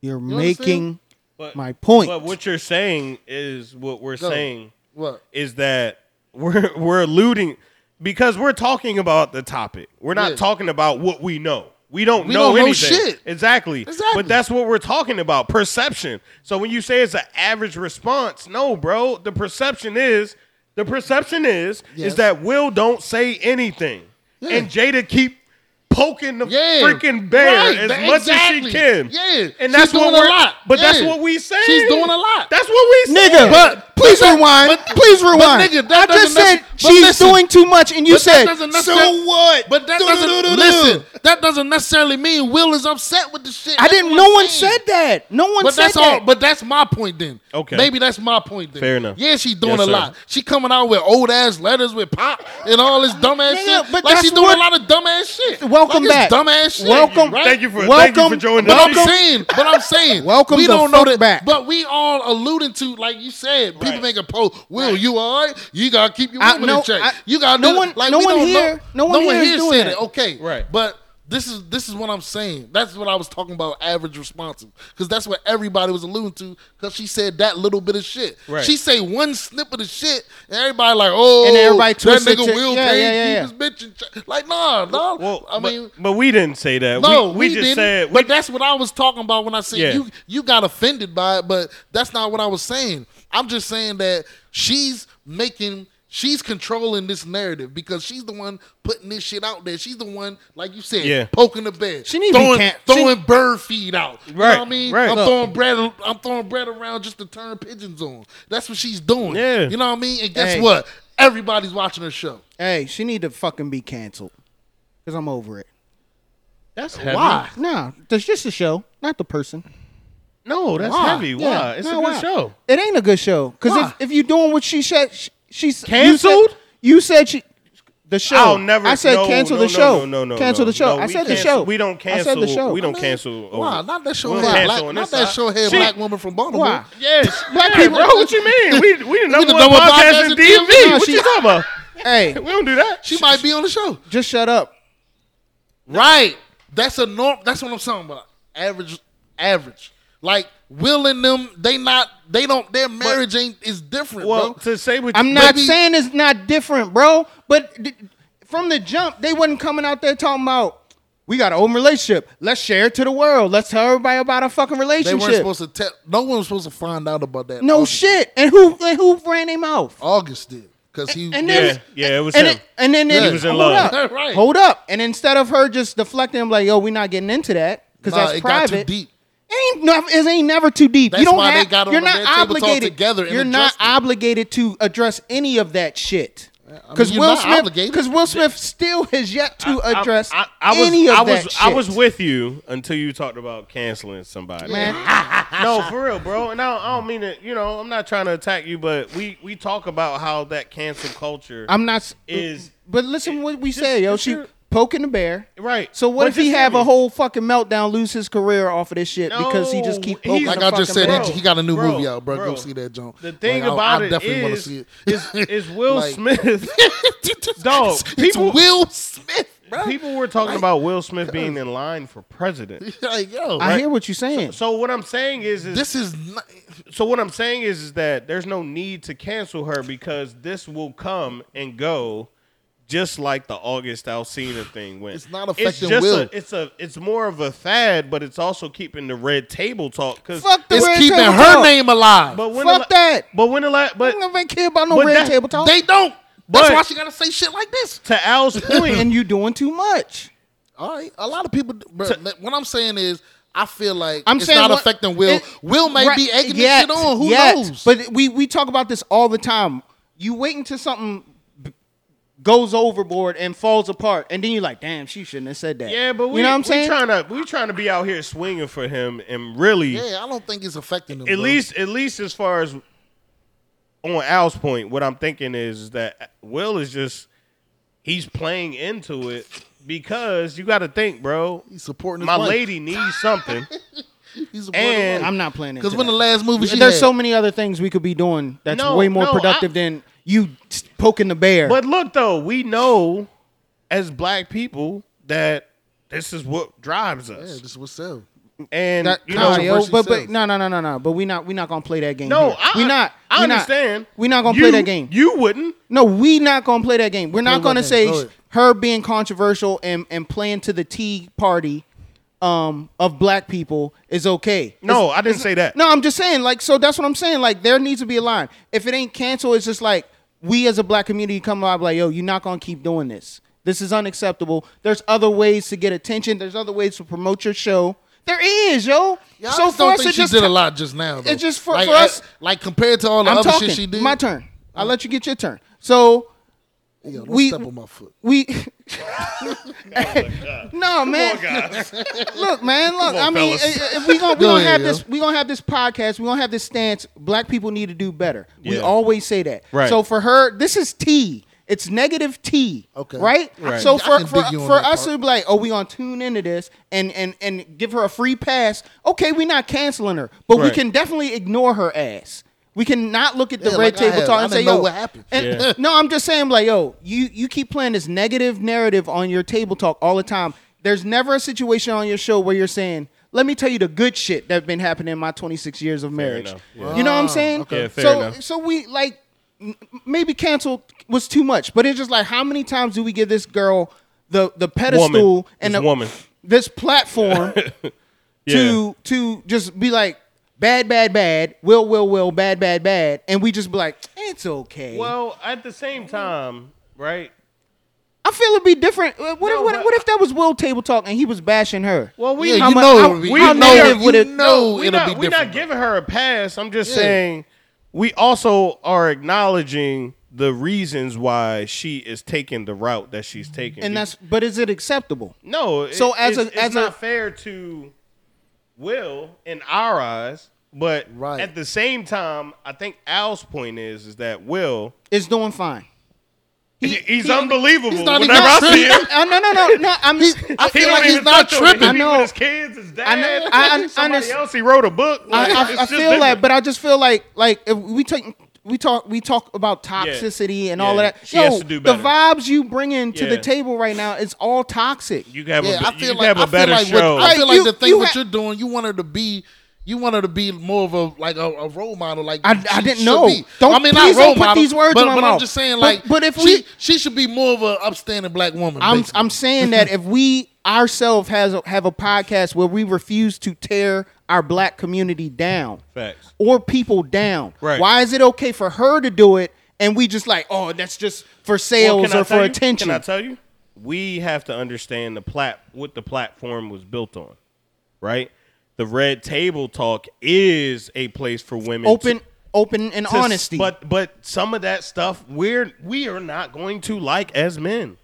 you're understand? making But- my point. But what you're saying is what we're saying. What? is that we're *laughs* we're alluding because we're talking about the topic. We're not Yeah. talking about what we know. We don't We know don't know anything. shit. Exactly. Exactly. But that's what we're talking about, perception. So when you say it's an average response, no, bro, the perception is the perception is Yes. is that Will don't say anything. Yeah. And Jada keep poking the Yeah. freaking bear Right. as That- much as exactly. she can. Yeah. And She's that's what doing a we're, lot. But that's Yeah. what we say. She's doing a lot. That's what we say. Nigga, but please rewind. please rewind. nigga, that I just doesn't said necess- but she's listen. doing too much, and you But that said doesn't necessar- what? But that Do, do, do, doesn't do, do. listen. that doesn't necessarily mean Will is upset with the shit. I That's didn't. what No I'm one saying. said that. No one But said that's that. all. But that's my point then. Okay. Maybe that's my point then. Fair enough. Yeah, she doing Yes, a sir. lot. She coming out with old ass letters with pop and all this dumb ass Nigga, shit. but like she that's doing what- a lot of dumb ass shit. Welcome like back. Dumb ass shit. Welcome- Right? Thank you for thank you for Welcome- joining But us. I'm saying, but I'm saying, Welcome We the don't know fuck that, back. but we all alluding to, like you said, people Right. make a post. Will you all right? You gotta keep your I- women no, in check. I- you gotta no do, one- Like no we one don't here- no Know, one here is doing said that. it. Okay, Right. But this is this is what I'm saying. That's what I was talking about. Average responses, because that's what everybody was alluding to. Because she said that little bit of shit. Right. She say one snippet of shit, and everybody like, oh, And everybody that twist it nigga to- will yeah, pay yeah, yeah, yeah. keep his bitch in check. Like nah, nah. Well, I but- mean. but, we didn't say that. No, we, we, just didn't, said. But that's what I was talking about when I said Yeah. you you got offended by it, but that's not what I was saying. I'm just saying that she's making she's controlling this narrative because she's the one putting this shit out there. She's the one, like you said, Yeah. poking the bed. She need to be throwing, can- she- throwing bird feed out. You know Right, what I mean? right. I'm Look. throwing bread I'm throwing bread around just to turn pigeons on. That's what she's doing. Yeah. You know what I mean? And guess Hey. what? Everybody's watching her show. Hey, she need to fucking be canceled. Cause I'm over it. that's Why? Nah, that's just a show, not the person. No, that's Why? heavy. Why? Yeah, It's nah, a good why? show. It ain't a good show. Cause Why? if, if you doing what she said, she, she's Canceled? You said, you said she. The show. I'll never. I said no, cancel no, the show. No, no, no, no. Cancel no. the show. No, I we said the cancel- show. We don't cancel. I said the show. We don't Man, cancel. Why? over- Not that show we don't black, cancel black on not this that side. show head She- black woman from Baltimore. Why? Yes, Black yeah, people- bro. What you mean? We we the number the one number one podcast podcast in in DMV. DMV. what She- you talking about? Hey, We don't do that. She might be on the show. just shut up. Right. That's a norm. That's what I'm talking about. Average, average. Like Will and them, they not, they don't. Their marriage ain't is different, bro. well, to say what I'm not Maybe- saying it's not different, bro. But d- from the jump, they wasn't coming out there talking about we got an open relationship. Let's share it to the world. Let's tell everybody about our fucking They relationship. weren't supposed to tell. No one was supposed to find out about Oh, that. no August, shit. And who and who ran their mouth? August did because he. And Yeah, then yeah, it was and him. It, and then He it- was in hold love. Up, *laughs* Right. Hold up. And instead of her just deflecting, I'm like, yo, we're not getting into that because Nah, that's it got private. too deep. Ain't no, it ain't never too deep. That's you don't why they have. got on you're the not red table talk obligated. together and you're not addressed it. obligated to address any of that shit. mean, Because you're Will not Smith, obligated. because Will Smith still has yet to I- address I, I was, any of I was, that I shit. was with you until you talked about canceling somebody. man. *laughs* No, for real, bro. And I don't, I don't mean it. You know, I'm not trying to attack you, but we we talk about how that cancel culture. I'm not. s- Is- but listen, to what we just- say, yo, just she your- poking the bear. Right. So what But if he just have hear a me. whole fucking meltdown, lose his career off of this shit because he just No, keep he's poking a the like I just fucking said, bear? he, he got a new Bro, movie out, bro. bro. Go see that, John. The thing Like, I- about I, it definitely wanna is- see it. *laughs* is- is Will Like- Smith. Dog, *laughs* It's people- Will Smith, bro. People were talking about Will Smith being in line for president. like yo, I hear what you're saying. So what I'm saying is, is this is not, so what I'm saying is, is that there's no need to cancel her because this will come and go, just like the August Alcina thing went. It's not affecting just Will. A, it's a it's more of a fad, but it's also keeping the red table talk. Because Fuck the red it's keeping table her talk. name alive. but when fuck the la- that. But when the last but I don't give a care about no but red that- table talk. they don't. That's But- why she gotta say shit like this. to *coughs* Al's point, and you doing too much. All right, a lot of people. Bro, what I'm saying is, I feel like I'm it's saying not what- affecting Will. it- Will may Right, be egging yet, this shit on. Who yet. knows? But we we talk about this all the time. You wait until something b- goes overboard and falls apart, and then you're like, "Damn, she shouldn't have said that." yeah, but we, you know what I'm we saying? trying to we trying to be out here swinging for him and really yeah, I don't think it's affecting them. at bro. least at least as far as on Al's point, what I'm thinking is that Will is just he's playing into it because you got to think, bro. he's supporting his My wife. lady needs something. He's supporting and his wife. I'm not playing Because into when that. the last movie she There's had, so many other things we could be doing that's No, way more no, productive I- than you s- poking the bear. but look though, we know as black people that this is what drives yeah, us. this is what's up. and that, you nah, know, yo, controversy but but sells. no no no no no. But we not we not gonna play that game. no, here. I, we not. I we not. understand. We not gonna You- play that game. You wouldn't. No, we not gonna play that game. We're not Play what gonna game? say Go ahead. her being controversial and, and playing to the tea party um, of black people is okay. No, I didn't say that. No, I'm just saying, like, so that's what I'm saying. Like, there needs to be a line. If it ain't canceled, it's just like we as a black community come out like, yo, you're not gonna keep doing this. This is unacceptable. There's other ways to get attention. There's other ways to promote your show. There is, yo. Yeah, I just don't think it she did a lot just now. Though. it's just for- like, for us- I- like compared to all the I'm other talking. shit she did. My turn. I'll let you get your turn. So Yo, don't we step on my foot. we *laughs* No, man. guys. *laughs* Look, man. Look, on, I mean, fellas. i- i- if we gonna we Go gonna ahead, have yo. this, we gonna have this podcast. We gonna have this stance. Black people need to do better. We Yeah. always say that. Right. So for her, this is T. It's negative T. Okay. Right. Right. So I for can for, dig you on for that us part. to be like, oh, we gonna tune into this and and and give her a free pass. Okay, we're not canceling her, but we Right. can definitely ignore her ass. We can not look at the Yeah, red like I table had. talk I and didn't say, know yo, what happened. and- Yeah. *laughs* no, I'm just saying, like, yo, you you keep playing this negative narrative on your table talk all the time. There's never a situation on your show where you're saying, "Let me tell you the good shit that's been happening in my 26 years of marriage." enough, You know what I'm saying? okay. Yeah, fair so enough. so we like m- maybe cancel was too much, but it's just like how many times do we give this girl the the pedestal and This the woman. this *laughs* platform to to just be like bad bad bad will will will bad bad bad and we just be like it's okay Well, at the same time, right? I feel it'd be different. Uh, What, No, if, what, but- what if that was Will table talk and he was bashing her? Well, we Yeah, How you mu- know how- it would be- how you know negative it- would it? you know we're it'll not, be we're not different. giving her a pass. I'm just Yeah. saying we also are acknowledging the reasons why she is taking the route that she's taking. And that's. But is it acceptable? no. it- So as it's- a- as it's not a- fair to Will in our eyes, but Right. at the same time, I think Al's point is is that Will It's doing fine. he's unbelievable. he's not even Whenever I *laughs* see him, Oh, no, no, no, no. I'm. *laughs* I he feel don't like even he's not. not touch tripping. tripping. He I know. with his kids, his dad, know. I- I- I somebody understand. else. He wrote a book. I, Like, I, it's I just feel that, different. but I just feel like like if we take we talk we talk about toxicity and all of Yeah. that. She has to do the better. vibes you bring into the Yeah. table right now is all toxic. you can have Yeah, a, I you feel can like have I a better feel like show. What, I feel like You- the thing you what ha- you're doing, you want her to be, you want her to be more of a like a, a role model. Like I- I she didn't should know. Be. Don't- I mean, please not role don't put model, these words but, in my but I'm mouth. just saying, But- like, but if she, we- she should be more of an upstanding black woman. I'm basically. I'm saying that if we ourselves has a, have a podcast where we refuse to tear our black community down, Facts. or people down, Right. why is it okay for her to do it and we just like, oh, that's just for Well, sales can I or tell for you? attention? Can I tell you? We have to understand the plat what the platform was built on, right? The red table talk is a place for women to- open, open, and to s- honesty. But but some of that stuff we're we are not going to like as men.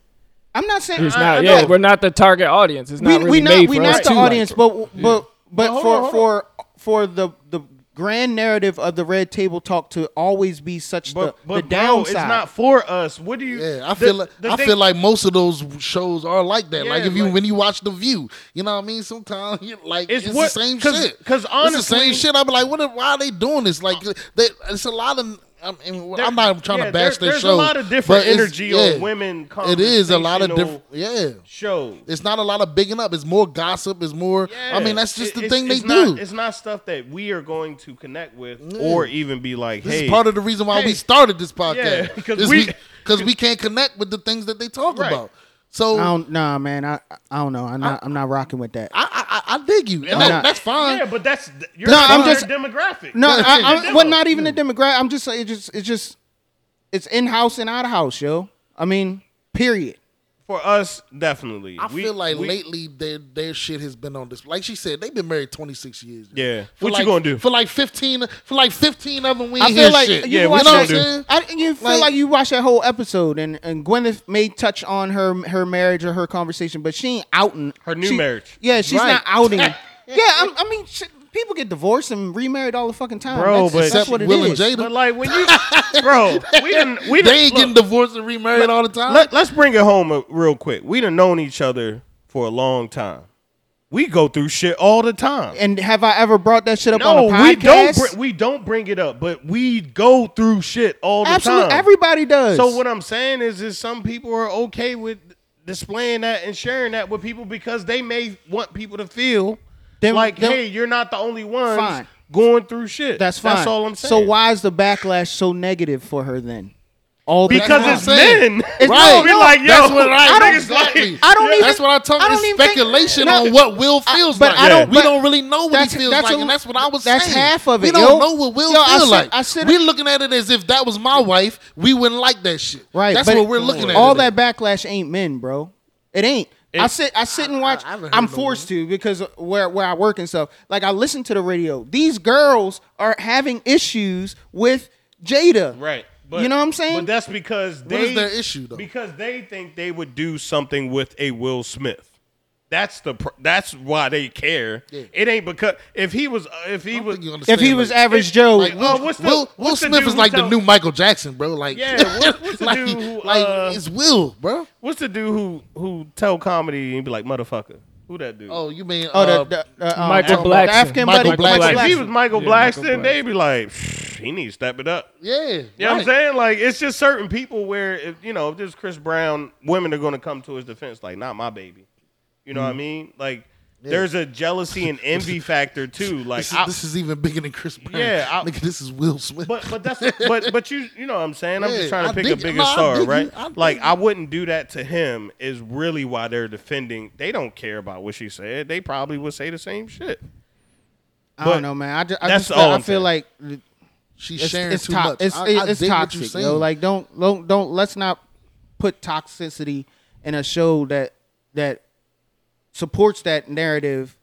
I'm not saying It's I- not. I yeah, know. we're not the target audience. It's not we, really we made not for we us not the to like audience, it. but but but hold for on, for for the the grand narrative of the red table talk to always be such But the, but the bro, downside. it's not for us. What do you? Yeah, I the- feel like the I thing- feel like most of those shows are like that. like Yeah, if you like- when you watch The View, you know what I mean. Sometimes *laughs* you like It's it's, what- the same 'cause- shit. 'cause it's the honestly- same shit. I be like, what? Why are they doing this? Like, they, it's a lot of. I mean, There- I'm not trying yeah, to bash their there- there's a show. lot of different but it's- energy on women It is a lot of conversational- different. Yeah, show. it's not a lot of bigging up. It's more gossip. It's more. I mean, that's just It- the it's- thing they it's not, do. It's not stuff that we are going to connect with or even be like, This hey, is part of the reason why hey. we started this podcast. Yeah, *laughs* 'cause Is we- because we can't connect with the things that they talk Right. about. So I don't, nah, man. I I don't know. I'm not. I'm not rocking with that. I, I, I dig you, and Why that- not? that's fine. Yeah, but that's you're No, not I'm their just- demographic. No, I, I, Yeah. well, not even the demographic. I'm just saying, it's just, it's just, it's in house and out of house, yo. I mean, period. for us, definitely. I We- feel like we- lately their their shit has been on this. Like she said, they've been married 26 years. Yeah. For What you like, gonna do? For like 15, for like 15 of them, we I ain't feel hear like shit. you Yeah, watch what you know that, what I'm saying? I, you feel like, Like- you watch that whole episode, and and Gwyneth may touch on her her marriage or her conversation, but she ain't outing Her new she- marriage. Yeah, she's Right. not *laughs* outing. yeah, i I mean, shit, people get divorced and remarried all the fucking time, Bro, That's, but- that's Except what it is. Will and But Jada, like when *laughs* you, bro, we didn't. We done- they ain't look, getting divorced and remarried all the time. Let, us bring it home uh, real quick. We done known each other for a long time. We go through shit all the time. And have I ever brought that shit up on no, a we don't. podcast? Br- we don't bring it up, but we go through shit all the Absolutely, time. everybody does. So what I'm saying is, is some people are okay with displaying that and sharing that with people because they may want people to feel Then- like, then- hey, you're not the only ones Fine. going through shit. That's fine. That's all I'm saying. So why is the backlash so negative for her then? All the Because time. it's That's what I'm saying. men. It's Right, no, no, We're like, yo, that's *laughs* what I I don't- niggas like. exactly. I don't even. that's what I talk. I don't It's even think- speculation No, on what Will feels but like. I don't- we but don't really know what that's- he feels that's like, a- and that's what I was that's saying. half of it, We don't yo. know what Will Yo, I feels sit- like. I sit- We're looking at it as if that was my wife. We wouldn't like that shit. Right. That's but what we're looking at. All today. that backlash ain't men, bro. It ain't. I sit. I sit and watch. I- I haven't heard I'm no forced to because where where I work and stuff. Like I listen to the radio. These girls are having issues with Jada. Right. But, You know what I'm saying? But that's because they is their issue, though? Because they think they would do something with a Will Smith. That's the pr- that's why they care. It ain't because if he was uh, if he was If he was average Joe, Like, Will, Oh, what's the- Will, Will what's the Smith dude is who like the tell- new Michael Jackson, bro. Like, Yeah, *laughs* what- what's the like, dude who, like, uh, it's Will, bro. what's the dude who who tell comedy and be like motherfucker? Who that dude? Oh, you mean oh, uh, the, the, uh, um, Michael the Blackson. African Michael buddy, Blackson. If he was Michael Yeah, Blackson, Michael they'd be like, "Pfft, he needs to step it up. yeah? You know what I'm right. saying? Like, it's just certain people where, if, you know, if this Chris Brown, women are going to come to his defense, like, not my baby. You know what Mm-hmm. I mean? Like, there's a jealousy and *laughs* envy factor, too. Like, This is, I- this is even bigger than Chris Brown. Yeah, I- Nigga, this is Will Smith. but but that's *laughs* but but you you know what I'm saying I'm Yeah, just trying to I pick a dig it. bigger No, I star dig you. right I dig like you. I wouldn't do that to him is really why they're defending they don't care about what she said they probably would say the same shit I But don't know, man. I just, I, that's just feel, all I I'm feel saying. like She's it's, sharing it's too to- much. It's, I- it- I it's dig what you're toxic, saying. yo. Like don't don't don't let's not put toxicity in a show that that supports that narrative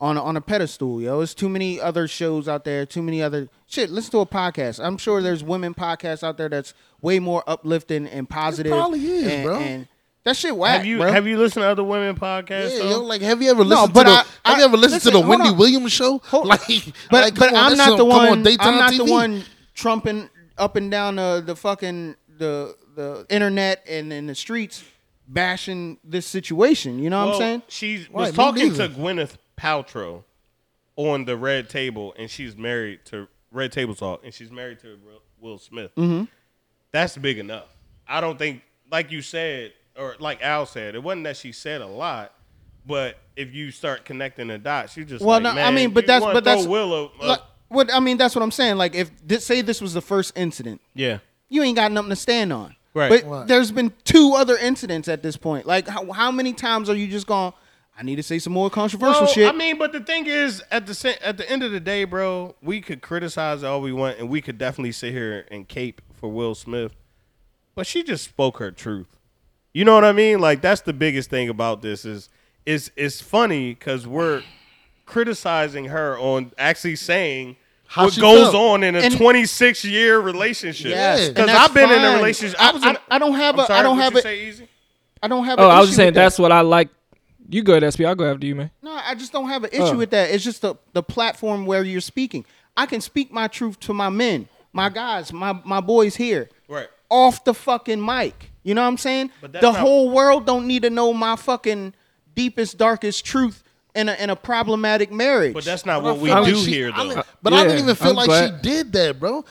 on a, on a pedestal, yo. It's too many other shows out there. Too many other shit. Listen to a podcast. I'm sure there's women podcasts out there that's way more uplifting and positive. probably is, and- bro. and that shit whack, have you bro. have you listened to other women podcasts Yeah, though? yo, like, have you ever listened but to the, I- I- have you ever listened to listen, the hold Wendy on. Williams show? Hold- like, But like, but come on, I'm that's not some- the come on one. daytime I'm not the TV. one trumping up and down the the fucking the the internet and in the streets bashing this situation. You know what I'm Well, saying? She Right, Oh, was me talking neither. to Gwyneth Paltrow on the Red Table, and she's married to Red Table Talk, and she's married to Will- Will Smith. Mm-hmm. That's big enough. I don't think, like you said, or like Al said, it wasn't that she said a lot, but if you start connecting the dots, you just Well, like, no, I man, mean, but you that's wanna but throw that's Will. a- a- like, what I mean. That's what I'm saying. Like if this, say this was the first incident, yeah, you ain't got nothing to stand on. Right. But Right. there's been two other incidents at this point. Like how, how many times are you just going? I need to say some more controversial Well, shit. I mean, but the thing is, at the sa- at the end of the day, bro, we could criticize all we want, and we could definitely sit here and cape for Will Smith, but she just spoke her truth. You know what I mean? Like that's the biggest thing about this is is it's funny because we're criticizing her on actually saying How what she goes felt. on in a And- twenty six year relationship. Yes. And because that's I've been in a fine. relationship. I, I, was. I, I don't have I'm a. sorry, I don't what have you a. say, Easy? I don't have. Oh, an I was issue just saying with that. that's what I like. You good, SP? I'll go after you, man. No, I just don't have an issue Oh. with that. It's just the, the platform where you're speaking. I can speak my truth to my men, my guys, my my boys here. Right. Off the fucking mic. You know what I'm saying? But the that's not- whole world don't need to know my fucking deepest, darkest truth in a in a problematic marriage. But that's not But I what we feel like do she- here, I though. didn't- but I didn't Yeah, even feel I'm like glad- she did that, bro.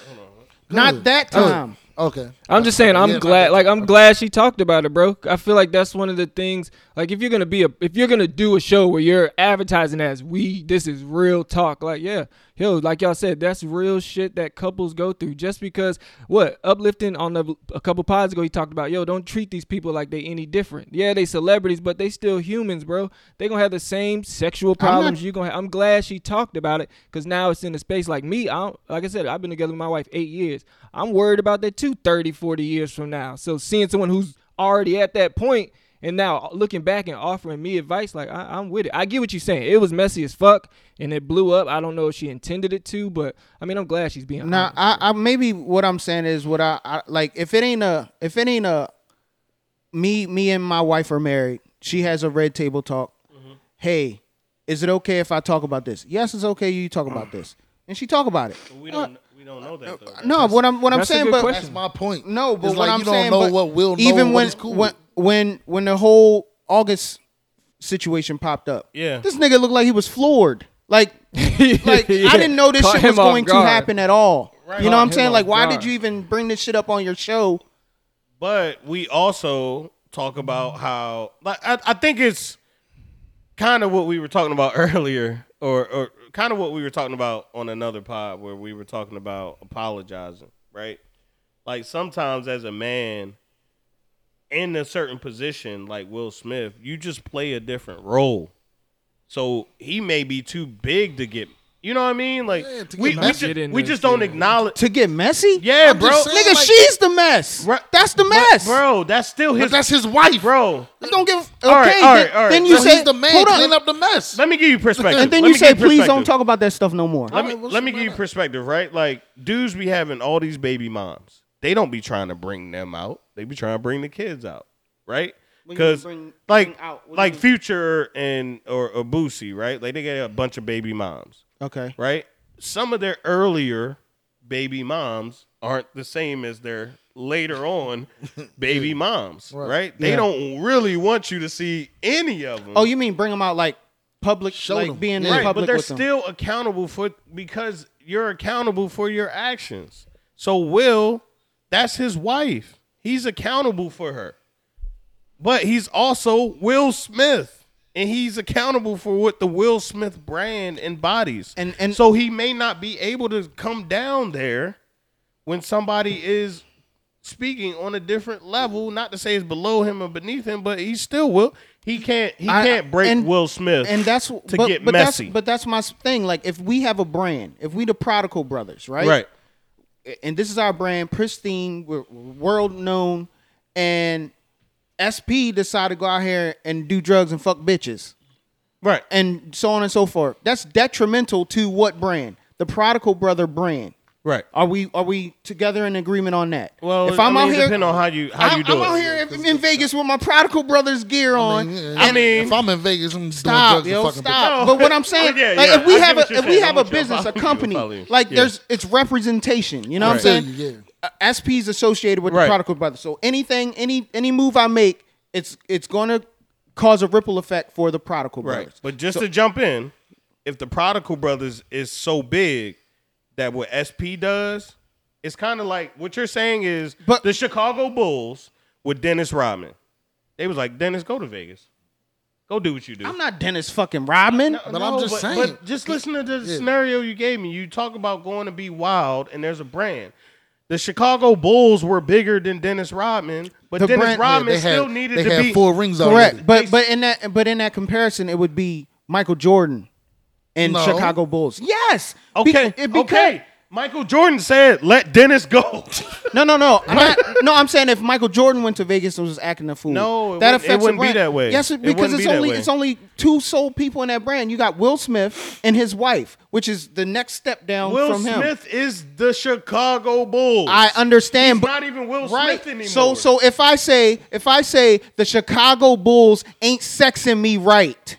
not that time. Okay. Oh, I'm just saying, I'm Yeah, glad. not- Like, I'm glad she talked about it, bro. I feel like that's one of the things. Like, if you're gonna be a, if you're gonna do a show where you're advertising as we, this is real talk. Like, yeah, yo, like y'all said, that's real shit that couples go through. Just because what uplifting on the, a couple pods ago, he talked about, yo, don't treat these people like they any different. Yeah, they celebrities, but they still humans, bro. They gonna have the same sexual problems you gonna. Have. I'm glad she talked about it because now it's in the space. Like me, I don't, like I said, I've been together with my wife eight years. I'm worried about that too 30, 40 years from now. So seeing someone who's already at that point and now looking back and offering me advice, like I, I'm with it. I get what you're saying. It was messy as fuck and it blew up. I don't know if she intended it to, but I mean, I'm glad she's being Now, honest. I, I maybe what I'm saying is what I, I like. If it ain't a, if it ain't a, me, me and my wife are married. She has a red table talk. Mm-hmm. Hey, is it okay if I talk about this? Yes, it's okay. You talk about this, and she talk about it. We don't. We don't know that. Though. uh, No, what I'm, what I'm That's a saying, good but question. That's my point. no, but It's what like I'm you don't saying, know but what will know even and when what is cool. when when when the whole August situation popped up, Yeah. this nigga looked like he was floored. Like, *laughs* *laughs* like Yeah. I didn't know this *laughs* Caught shit him was off going guard. to happen at all. You know Caught what him I'm saying? off Like, why guard. did you even bring this shit up on your show? but we also talk about how like I, I think it's kind of what we were talking about *laughs* earlier or or kind of what we were talking about on another pod where we were talking about apologizing right like sometimes as a man in a certain position like Will Smith you just play a different role so he may be too big to get you know what I mean like Yeah, to get we, we messy. just, Get in we this, just don't yeah. acknowledge to get messy? yeah I'm bro just saying, Nigga, like- she's the mess. Right. That's the But, mess. bro that's still his But that's his wife, bro I don't give. Okay, All right, all right, then, all right. then you So say he's the man. Hold on. Clean up the mess. Let me give you perspective. and then Let you me say, give please perspective. don't talk about that stuff no more. Let me Alright, what's let the me give you matter? perspective, right? Like dudes be having all these baby moms, they don't be trying to bring them out. They be trying to bring the kids out, right? you mean Because bring- like bring out, what do you like mean? Future and or, or Boosie, right? Like they get a bunch of baby moms, Okay. right? Some of their earlier baby moms aren't the same as their later on baby moms, right? They Yeah. don't really want you to see any of them. Oh, you mean bring them out like public, Show like them. being in Right, Right, public but they're with them. still accountable for because you're accountable for your actions. So Will, that's his wife. He's accountable for her. But he's also Will Smith. And he's accountable for what the Will Smith brand embodies. And- and- so he may not be able to come down there when somebody is speaking on a different level, not to say it's below him or beneath him, but he still will. He can't he I- can't break and- Will Smith and that's to but, get but messy. That's, but that's my s- thing. Like if we have a brand, if we the Prodigal Brothers, right? right. and this is our brand, pristine, we're world known, and SP decided to go out here and do drugs and fuck bitches Right. and so on and so forth. That's detrimental to what brand? The Prodigal Brother brand. Right. Are we are we together in agreement on that? Well, if I'm I out mean, it here, depend on how you how I'm, you do I'm it. out here if I'm in Vegas with my Prodigal Brothers gear on. yeah. I mean, if I'm in Vegas, I'm Stop, doing drugs and yo, fucking stop. No. But what I'm saying, *laughs* Yeah, like, yeah, if we I get have what a you're if we saying. have I'm a with you. I'm business, a following you. I'm following company, you. like Yeah. there's it's representation. You know Right. what I'm Feel you, saying? Uh, SP's associated with Right. the Prodigal Brothers, so anything, any any move I make, it's it's going to cause a ripple effect for the Prodigal right. Brothers. But just to jump in, if the Prodigal Brothers is so big that what SP does, it's kind of like what you're saying is But- the Chicago Bulls with Dennis Rodman. They was like, Dennis, go to Vegas, go do what you do. I'm not Dennis fucking Rodman. But I'm just saying. But just listen to the scenario you gave me. You talk about going to be wild, and there's a brand. The Chicago Bulls were bigger than Dennis Rodman, but The Dennis brand- yeah, Rodman They had, still needed they to had be four rings already. Correct. But but in that but in that comparison, it would be Michael Jordan and No. Chicago Bulls. Yes. Okay. Beca- it beca- okay. Michael Jordan said, "Let Dennis go." *laughs* No, no, no. I'm not, no, I'm saying if Michael Jordan went to Vegas and was acting a fool, No, it that wouldn't- it affects the wouldn't be brand. that way. Yes, It because wouldn't it's be that only way. it's only two sole people in that brand. You got Will Smith and his wife, which is the next step down Will from him. Smith is the Chicago Bulls. I understand, He's but not even Will right. Smith anymore. So so if I say if I say the Chicago Bulls ain't sexing me right.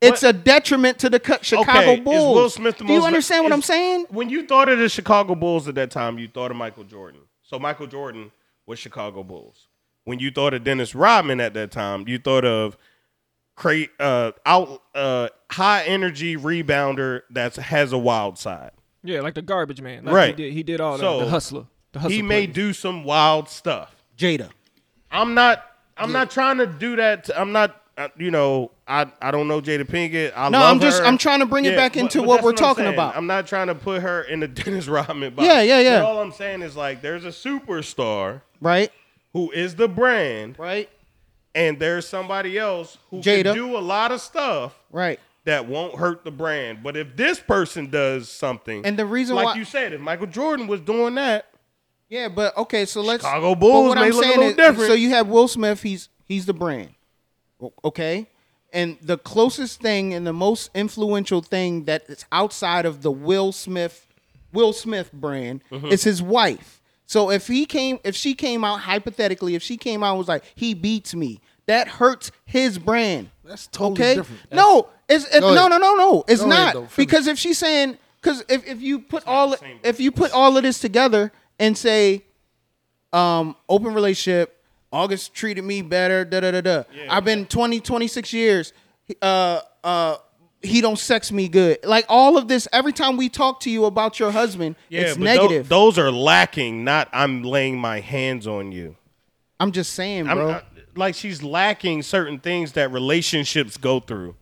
It's What? a detriment to the co- Chicago okay, Bulls. Is Will Smith the Do you most- understand what is- I'm saying? When you thought of the Chicago Bulls at that time, you thought of Michael Jordan. So Michael Jordan was Chicago Bulls. When you thought of Dennis Rodman at that time, you thought of create uh, out uh, high energy rebounder that has a wild side. Yeah, like the garbage man. Like Right. He did, he did all So, the, the hustler. The hustler he may plays. do some wild stuff. Jada. I'm not. I'm not trying to do that. To, I'm not. Uh, you know, I I don't know Jada Pinkett. I No, love I'm just- her. I'm trying to bring it back into what that's we're I'm talking saying. about. I'm not trying to put her in the *laughs* Dennis Rodman box. Yeah, yeah, yeah. But all I'm saying is like, there's a superstar Right? who is the brand, Right? and there's somebody else who Jada. can do a lot of stuff Right. that won't hurt the brand. But if this person does something, And the reason like why- you said, if Michael Jordan was doing that, Yeah, but okay, so let's Chicago but Bulls what may I'm look a saying little is- different. So you have Will Smith, he's he's the brand. O- Okay? And the closest thing and the most influential thing that is outside of the Will Smith Will Smith brand Mm-hmm. is his wife. So if he came if she came out hypothetically, if she came out and was like, he beats me, that hurts his brand. That's totally okay? different. No, it's it, Go no ahead. no no no. It's Go ahead, not though. Finish. because if she's saying because if, if you put all if you put all of this together and say um, open relationship. August treated me better. Da da da da. I've been 20, 26 years. Uh, uh, he don't sex me good. Like all of this. Every time we talk to you about your husband, it's tho- negative. those are lacking. Not I'm laying my hands on you. I'm just saying, I'm bro. I- uh, like she's lacking certain things that relationships go through.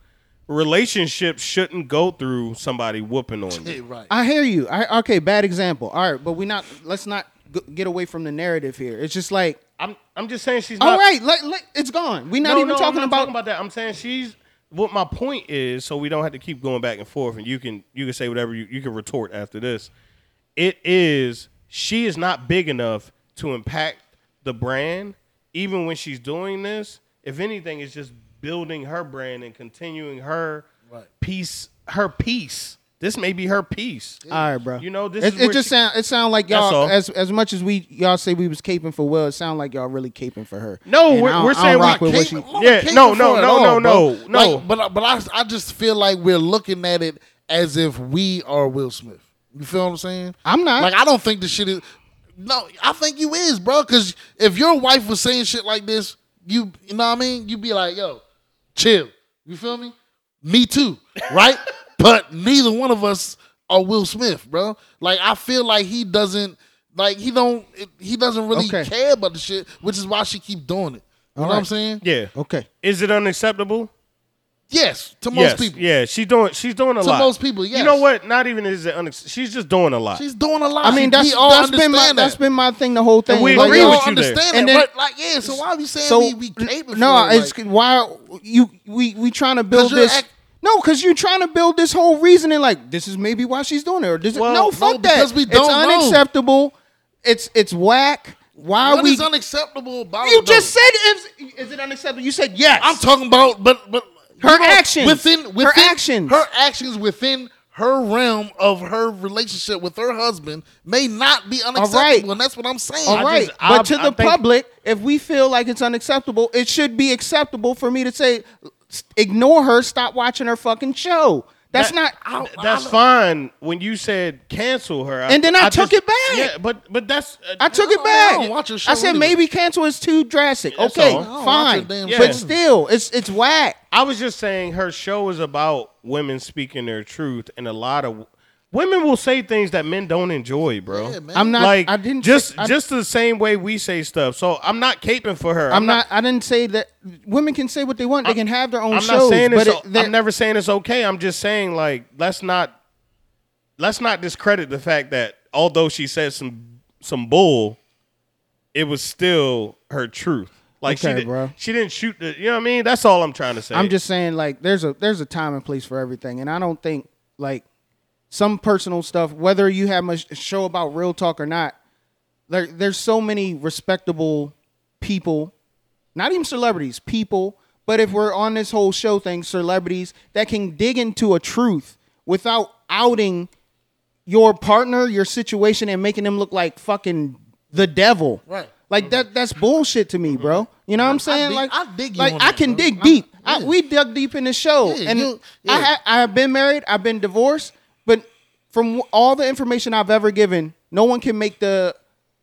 Relationships shouldn't go through somebody whooping on Yeah, you. right. I hear you. I okay. Bad example. All right, but we not. Let's not g- get away from the narrative here. It's just like, I'm I'm just saying she's all not right, let, let, it's gone. We're not No, even no, I'm talking, not about, talking about that. I'm saying she's what my point is, so we don't have to keep going back and forth and you can you can say whatever you, you can retort after this. It is she is not big enough to impact the brand, even when she's doing this. If anything, it's just building her brand and continuing her Right. piece her piece This may be her Uh, piece. All right, bro. You know, this it, is it where just she- sound it sound like That's y'all all. as as much as we y'all say we was caping for Will, it sound like y'all really caping for her. No, And we're- I don't- we're I don't saying we rock with what Came- she- Lord, Yeah, came no, before no, it no, no, bro. no, no. Like, but but I I just feel like we're looking at it as if we are Will Smith. You feel what I'm saying? I'm not. Like I don't think this shit is. No, I think you is, bro. Because if your wife was saying shit like this, you you know what I mean? You'd be like, yo, chill. You feel me? Me too, *laughs* right? but neither one of us are Will Smith, bro. Like I feel like he doesn't. Like he don't, he doesn't really Okay. care about the shit, which is why she keep doing it. You know what I'm right. saying? Yeah. Okay. Is it unacceptable? Yes, to most yes. people. Yeah, she's doing she's doing a To lot. most people, yes. You know what? Not even is it unac- she's just doing a lot. She's doing a lot. I mean that's we all that's been my understand that. that's been my thing the whole thing. we Like, we agree yo, all with you there. understand that. And then- but like, yeah. So why are you saying so we we capable? no, for it? it's Like, why you we we trying to build 'Cause you're this. act- no, because you're trying to build this whole reasoning like this is maybe why she's doing it. Or this, Well, no, no, fuck that. because we it's don't know. unacceptable. It's it's whack. Why what we? is unacceptable about you it, just though? said it's, is it unacceptable? You said yes. I'm talking about, but but Her you know, actions. Her within within actions. her actions within her realm of her relationship with her husband may not be unacceptable, and that's what I'm saying. All right, just- I- but to I the think- public, if we feel like it's unacceptable, it should be acceptable for me to say, "S- ignore her, stop watching her fucking show. That's That- not. th- that's fine when you said cancel her, And then I took it back. Yeah, but but that's uh, I took it don't- I back. don't watch her show I said anyway. maybe cancel is too drastic. That's okay, all. I don't watch her fine, damn show. but still, it's it's whack. I was just saying her show is about women speaking their truth, and a lot of women will say things that men don't enjoy, bro. I'm not. like I didn't just say- I, just the same way we say stuff. So I'm not caping for her. I'm not. I didn't say that women can say what they want. they can have their own I'm shows. not saying but it's. it, they're- I'm never saying it's okay. I'm just saying like let's not let's not discredit the fact that although she said some some bull, it was still her truth. Like she Okay, did, bro. she didn't shoot the. You know what I mean? That's all I'm trying to say. I'm just saying like there's a there's a time and place for everything, and I don't think like some personal stuff, whether you have a sh- show about real talk or not, there there's so many respectable people, not even celebrities, people. But if we're on this whole show thing, celebrities that can dig into a truth without outing your partner, your situation, and making them look like fucking the devil. Right. Like that that's bullshit to me, bro. You know what I'm saying? dig- like I dig you Like on I that, can bro. dig I- deep. I, yeah. we dug deep in the show, Yeah, and you- I yeah. ha- I have been married. I've been divorced, but from all the information I've ever given, no one can make the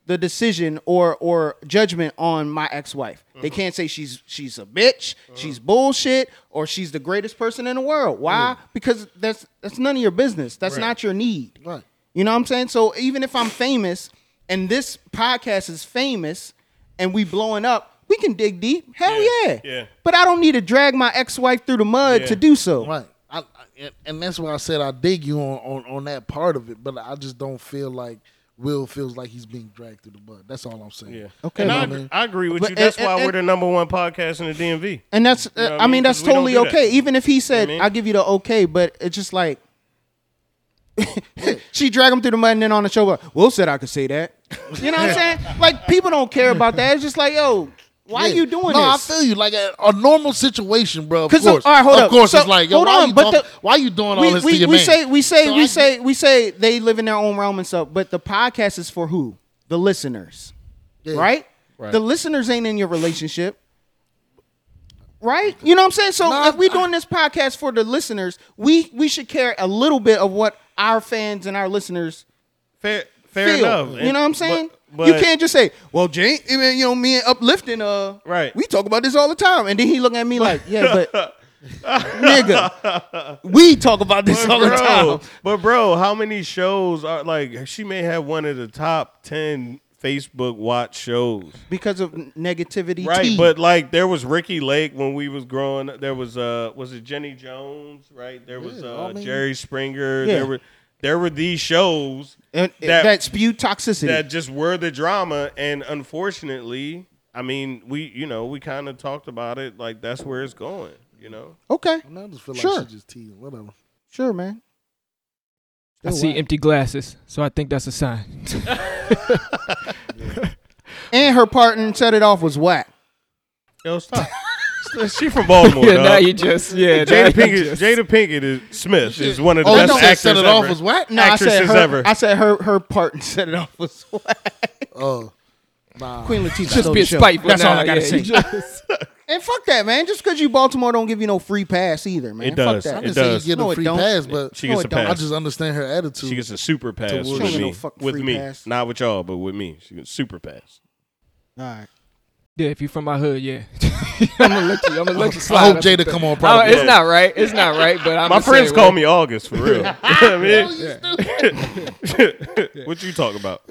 the decision or or judgment on my ex-wife. Mm-hmm. They can't say she's she's a bitch, she's bullshit, or she's the greatest person in the world. Why? Because that's that's none of your business. That's not your need. Right. You know what I'm saying? So even if I'm famous and this podcast is famous and we blowing up, we can dig deep. Hell Yeah, yeah. yeah. But I don't need to drag my ex-wife through the mud Yeah. to do so. Right. I, I and- and that's why I said I dig you on, on on that part of it, but I just don't feel like Will feels like he's being dragged through the mud. That's all I'm saying. Yeah. Okay, And my I, man. I agree with But- you. That's and- why and- we're the number one podcast in the DMV. And that's uh, know what I mean that's 'Cause we don't totally do that. okay. Even if he said I I mean? will give you the okay, but it's just like *laughs* she drag him through the mud and then on the show. but, Will said I could say that. You know *laughs* what I'm saying? Like people don't care about that. It's just like yo, why Yeah. are you doing no, this? I feel you. Like a, a normal situation, bro. Of 'Cause, course. uh, all right, hold of up. course, So, it's like, yo, hold why, on, you but talking- the- why you doing all we, this we, to your we man? say we say So we I- say we say they live in their own realm and stuff, but the podcast is for who? The listeners. Right? The listeners ain't in your relationship. Right? You know what I'm saying? So No, if we're I- doing this podcast for the listeners, we we should care a little bit of what our fans and our listeners Fair, fair feel. enough. You And- know what I'm saying? But, you but- can't just say, "Well, Jane, I mean, you know, me and uplifting, uh, Right. We talk about this all the time." And then he looking at me like, "Yeah, *laughs* but nigga, we talk about this all the Bro, time." but bro, how many shows are like she may have one of the top ten Facebook watch shows. because of negativity. Right, tea. but like there was Ricky Lake when we was growing up. There was uh was it Jenny Jones, right? There was uh, Jerry Springer. Yeah. There were there were these shows And- and that, that that, spew toxicity. just were the drama and unfortunately, I mean, we you know, we kind of talked about it like that's where it's going, you know. okay, I just feel like Sure. she just teasing. Whatever. sure, man. I see empty glasses, so I think that's a sign. *laughs* And her partner set it off was whack. Yo, stop. *laughs* She from Baltimore. *laughs* yeah, dog. now you just yeah. now Jada you Pinkett, just- Jada Pinkett is, Smith is one of the Oh, you best don't say actors set it ever. off was what? No, I said Actresses her. ever. I *laughs* said her. Her part and set it off was Oh, nah. Queen Latifah. Just stole be the show. spiteful. That's now. all I gotta yeah, say. you just- And fuck that, man. Just because you Baltimore don't give you no free pass either, man. It does. Fuck I that. It didn't say you does. get No, a it free don't. pass, but She gets No, a it don't. I pass. just understand her attitude. She gets a super pass Towards with She don't get me. no fucking with free me, pass. not with y'all, but with me, she gets super pass. All right. yeah, if you from my hood, yeah. *laughs* I'm gonna let you. I'm gonna let you slide. I hope up a Jada bit. come on. Oh, Probably. it's not right. It's not right. But I'm My just friends saying, call right? me August for *laughs* real. I mean, *laughs* what you talk about?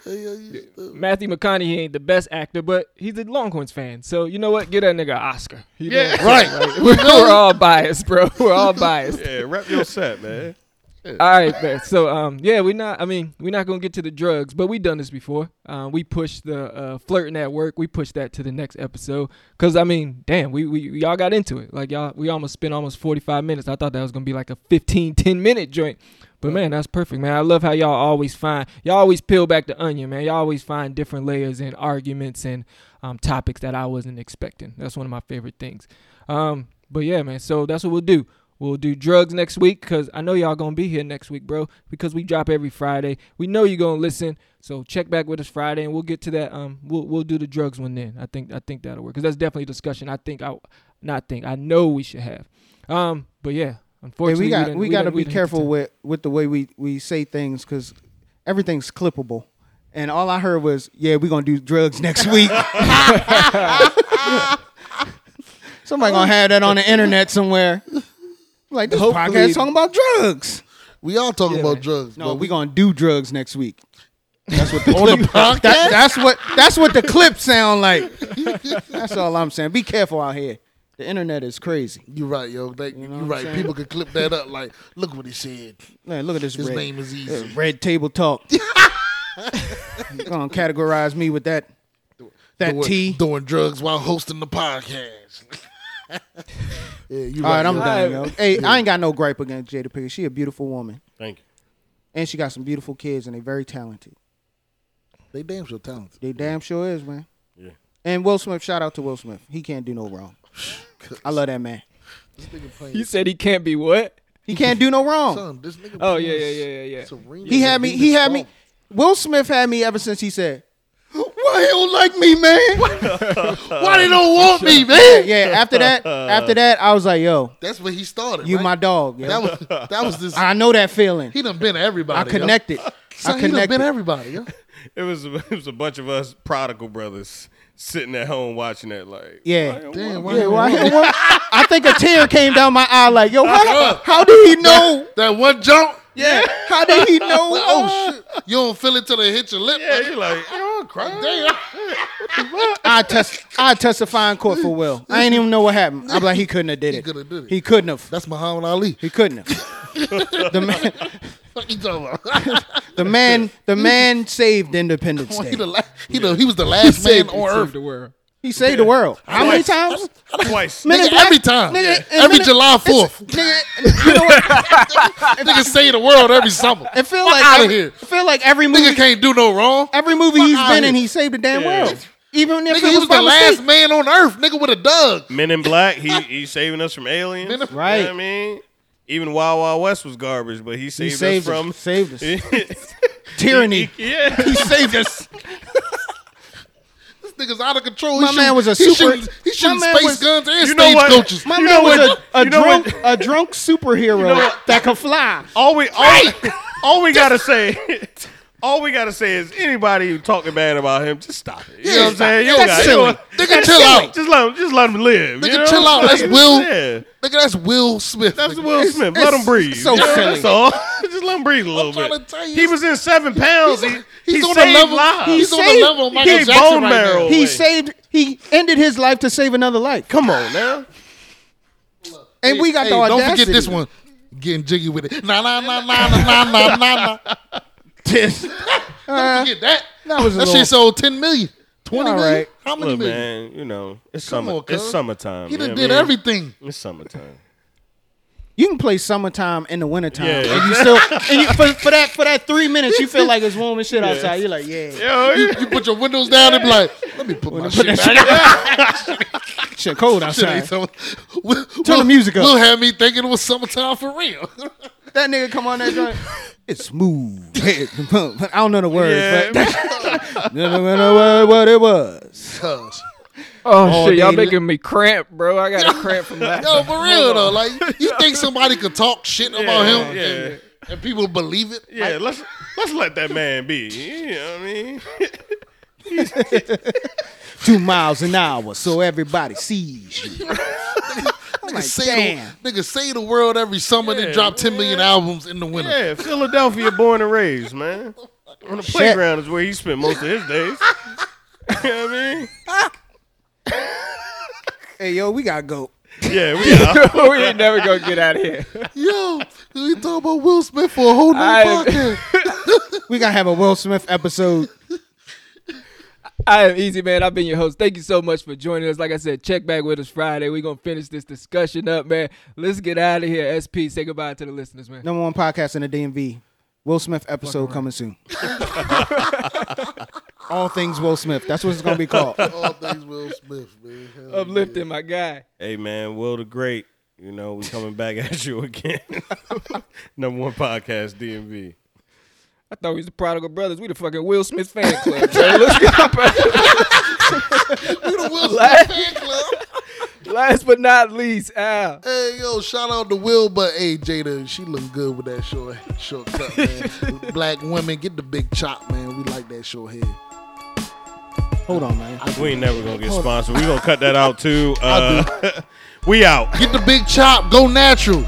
Matthew McConaughey ain't the best actor, but he's a Longhorns fan. So you know what? Get that nigga an Oscar. You know what I'm saying? *laughs* right. We're all biased, bro. We're all biased. Yeah, rep your set, man. All right, man. So um, yeah, we're not. I mean, we're not gonna get to the drugs, but we done this before. Um, we pushed the uh, flirting at work. We pushed that to the next episode because I mean, damn, we, we we all got into it. Like y'all, we almost spent almost forty five minutes. I thought that was gonna be like a 15, 10 minute joint, but man, that's perfect, man. I love how y'all always find y'all always peel back the onion, man. Y'all always find different layers and arguments and um topics that I wasn't expecting. That's one of my favorite things. Um, but yeah, man. So that's what we'll do. We'll do drugs next week because I know y'all gonna be here next week, bro. Because we drop every Friday. We know you're gonna listen, so check back with us Friday, and we'll get to that. Um, we'll we'll do the drugs one then. I think I think that'll work because that's definitely a discussion. I think I not think I know we should have. Um, but yeah, Hey, unfortunately, we got done- we done- got to we be done hit the careful time. with with the way we we say things because everything's clippable. And all I heard was, "Yeah, we're gonna do drugs next week." *laughs* Somebody gonna have that on the internet somewhere. Like this Hopefully- podcast talking about drugs. We all talking Yeah, about man. drugs. No, but we gonna do drugs next week. That's what the on the clip, podcast. that, that's what that's what the clips sound like. That's all I'm saying. Be careful out here. The internet is crazy. You're right, yo. That, you know are what right. I'm People could clip that up. Like, look what he said. Man, look at this. His red. name is easy. Uh, Red Table Talk. *laughs* you gonna categorize me with that that doing, T. doing drugs while hosting the podcast. *laughs* yeah, you All right. right, I'm yo. done, yo. Hey, I ain't got no gripe against Jada Pinkett. She a beautiful woman, Thank you. and she got some beautiful kids, and they very talented. They damn sure talented. They damn sure is, man. Yeah. And Will Smith, shout out to Will Smith. He can't do no *laughs* wrong. I love that man. You said he can't *laughs* be what? He can't do no wrong. Son, this nigga. Oh, playing yeah, yeah, yeah, yeah, yeah. Serena He had me. He Venus had me. Song. Will Smith had me ever since he said, *gasps* "Why he don't like me, *laughs* man?" Why they don't want me, yeah, man? yeah. After that, *laughs* after that, I was like, "Yo, That's where he started. you right? my dog." yo. That was that was *laughs* this. I know that feeling. he done been to I everybody. yo. *laughs* connected. Son, I he done connected. been everybody. Yo. It was it was a bunch of us prodigal brothers sitting at home watching that like yeah. Damn, why *laughs* Yeah, you well, I, want me? well, I think a tear came down my eye. Like, yo, how, the- how did he know? *laughs* that one jump? Yeah, how did he know? *laughs* Oh shit! You don't feel it till it hits your lip. Yeah, man. *laughs* you like Oh, crap, damn. I test, I testify in court for Will. I ain't even know what happened. I'm like, he couldn't have did it. He couldn't have did it. He couldn't have. That's Muhammad Ali. He couldn't *laughs* have. the man, What you talking about? the man, the man saved Independence *laughs* he, the Day. la- he, the, he was the last man Saved- on saved earth. the world. He saved the world. How many times? twice. Men in Nigga, Black- every time. Nigga, in Every Men in- July 4th. Nigga, you know what? Nigga save the world every summer. It feel Fuck like *laughs* outta every, here. it feel like every movie, Nigga can't do no wrong. every movie Fuck he's outta been in, here. he saved the damn Yeah. world. Even if Nigga, it was he was by the last mistake. man on earth. Nigga with a dug. Men in Black, he he's saving us from aliens. Men in- You know Right. what I mean? Even Wild Wild West was garbage, but he saved, saved us us. from Saved *laughs* us. tyranny. yeah. He saved us. This nigga's out of control. He My man shoot- was a he super- shooting- He my shooting man space was- guns and You know stage what? coaches. My You man know was what- a, a you know drunk a drunk superhero that could fly. All we all, all *laughs* we gotta say all we gotta say is anybody who talking bad about him, just stop it. You know what I'm stop. saying? You don't That's got- you silly. don't- Nigga, chill out. Just let him just let him live. you Nigga, know? chill out. *laughs* That's Will. Yeah. Nigga, that's Will Smith. That's nigga. Will Smith. Let him breathe. so You know, silly. That's all. *laughs* Just let him breathe a little trying bit. to tell you, he was in seven pounds. He- he's he on the saved level- *laughs* Lives. he's on the saved- level of Michael ain't Jackson bone right marrow. now. He Wait. saved. He ended his life to save another life. Come on now. And we got Hey, the audacity. Don't forget this one. Getting jiggy with it. Nah, nah, nah, nah, nah, nah, nah, nah. nah. Don't forget that. that was a that little- shit sold 10 million. 20 All million? right. How many Look, million? man, you know it's Come summer. on, it's cuz. summertime. He you done know did what I *laughs* mean? everything. It's summertime. You can play summertime in the wintertime, Yeah, yeah. and you still and you, for, for that for that three minutes you *laughs* feel like it's warm and shit outside. You're like, yeah, You, you put your windows down and be like, let me put my shit back. shit cold Shit, outside. so, Will, the music up. Will had me thinking it was summertime for *laughs* real. That nigga come on that joint. *laughs* It's smooth. *laughs* I don't know the words, *laughs* but I don't know what it was. Cuz. Oh, shit, y'all day- making me cramp, bro. *laughs* I got a cramp from that. Yo, for real though, like you think somebody could talk shit about him yeah. and, and people believe it? Yeah, let's let's let that man be. You know what I mean? *laughs* Two miles an hour, so everybody sees you. Niggas say damn. the niggas say the world every summer they Yeah, drop ten million albums in the winter. Yeah, Philadelphia, born and *laughs* raised, man. On the playground is where he spent most of his days. *laughs* you know what I mean? Hey yo, we gotta go. Yeah, we are. *laughs* we ain't never gonna get out of here. Yo, we talk about Will Smith for a whole new I- *laughs* podcast. *laughs* We gotta have a Will Smith episode. I am Easy Man. I've been your host. Thank you so much for joining us. Like I said, check back with us Friday. We're gonna finish this discussion up, man. Let's get out of here. SP, say goodbye to the listeners, man. Number one podcast in the DMV. Will Smith episode coming soon. *laughs* All things Will Smith. That's what it's gonna be called. *laughs* All things Will Smith, man. Hell yeah. Uplifting, my guy. *laughs* hey man, Will the Great. You know, we coming back *laughs* at you again. Number one podcast, DMV. I thought we was the Prodigal Brothers. We the fucking Will Smith fan club. bro. Let's get up out of here. We the Will Smith fan club. *laughs* Last but not least, Al. Hey yo, shout out to Will, but hey Jada, she look good with that short shortcut, man. Black women, get the big chop, man. We like that short hair. Hold on, man. We ain't never gonna get sponsored. *laughs* We gonna cut that out too. Uh, we out. Get the big chop, go natural.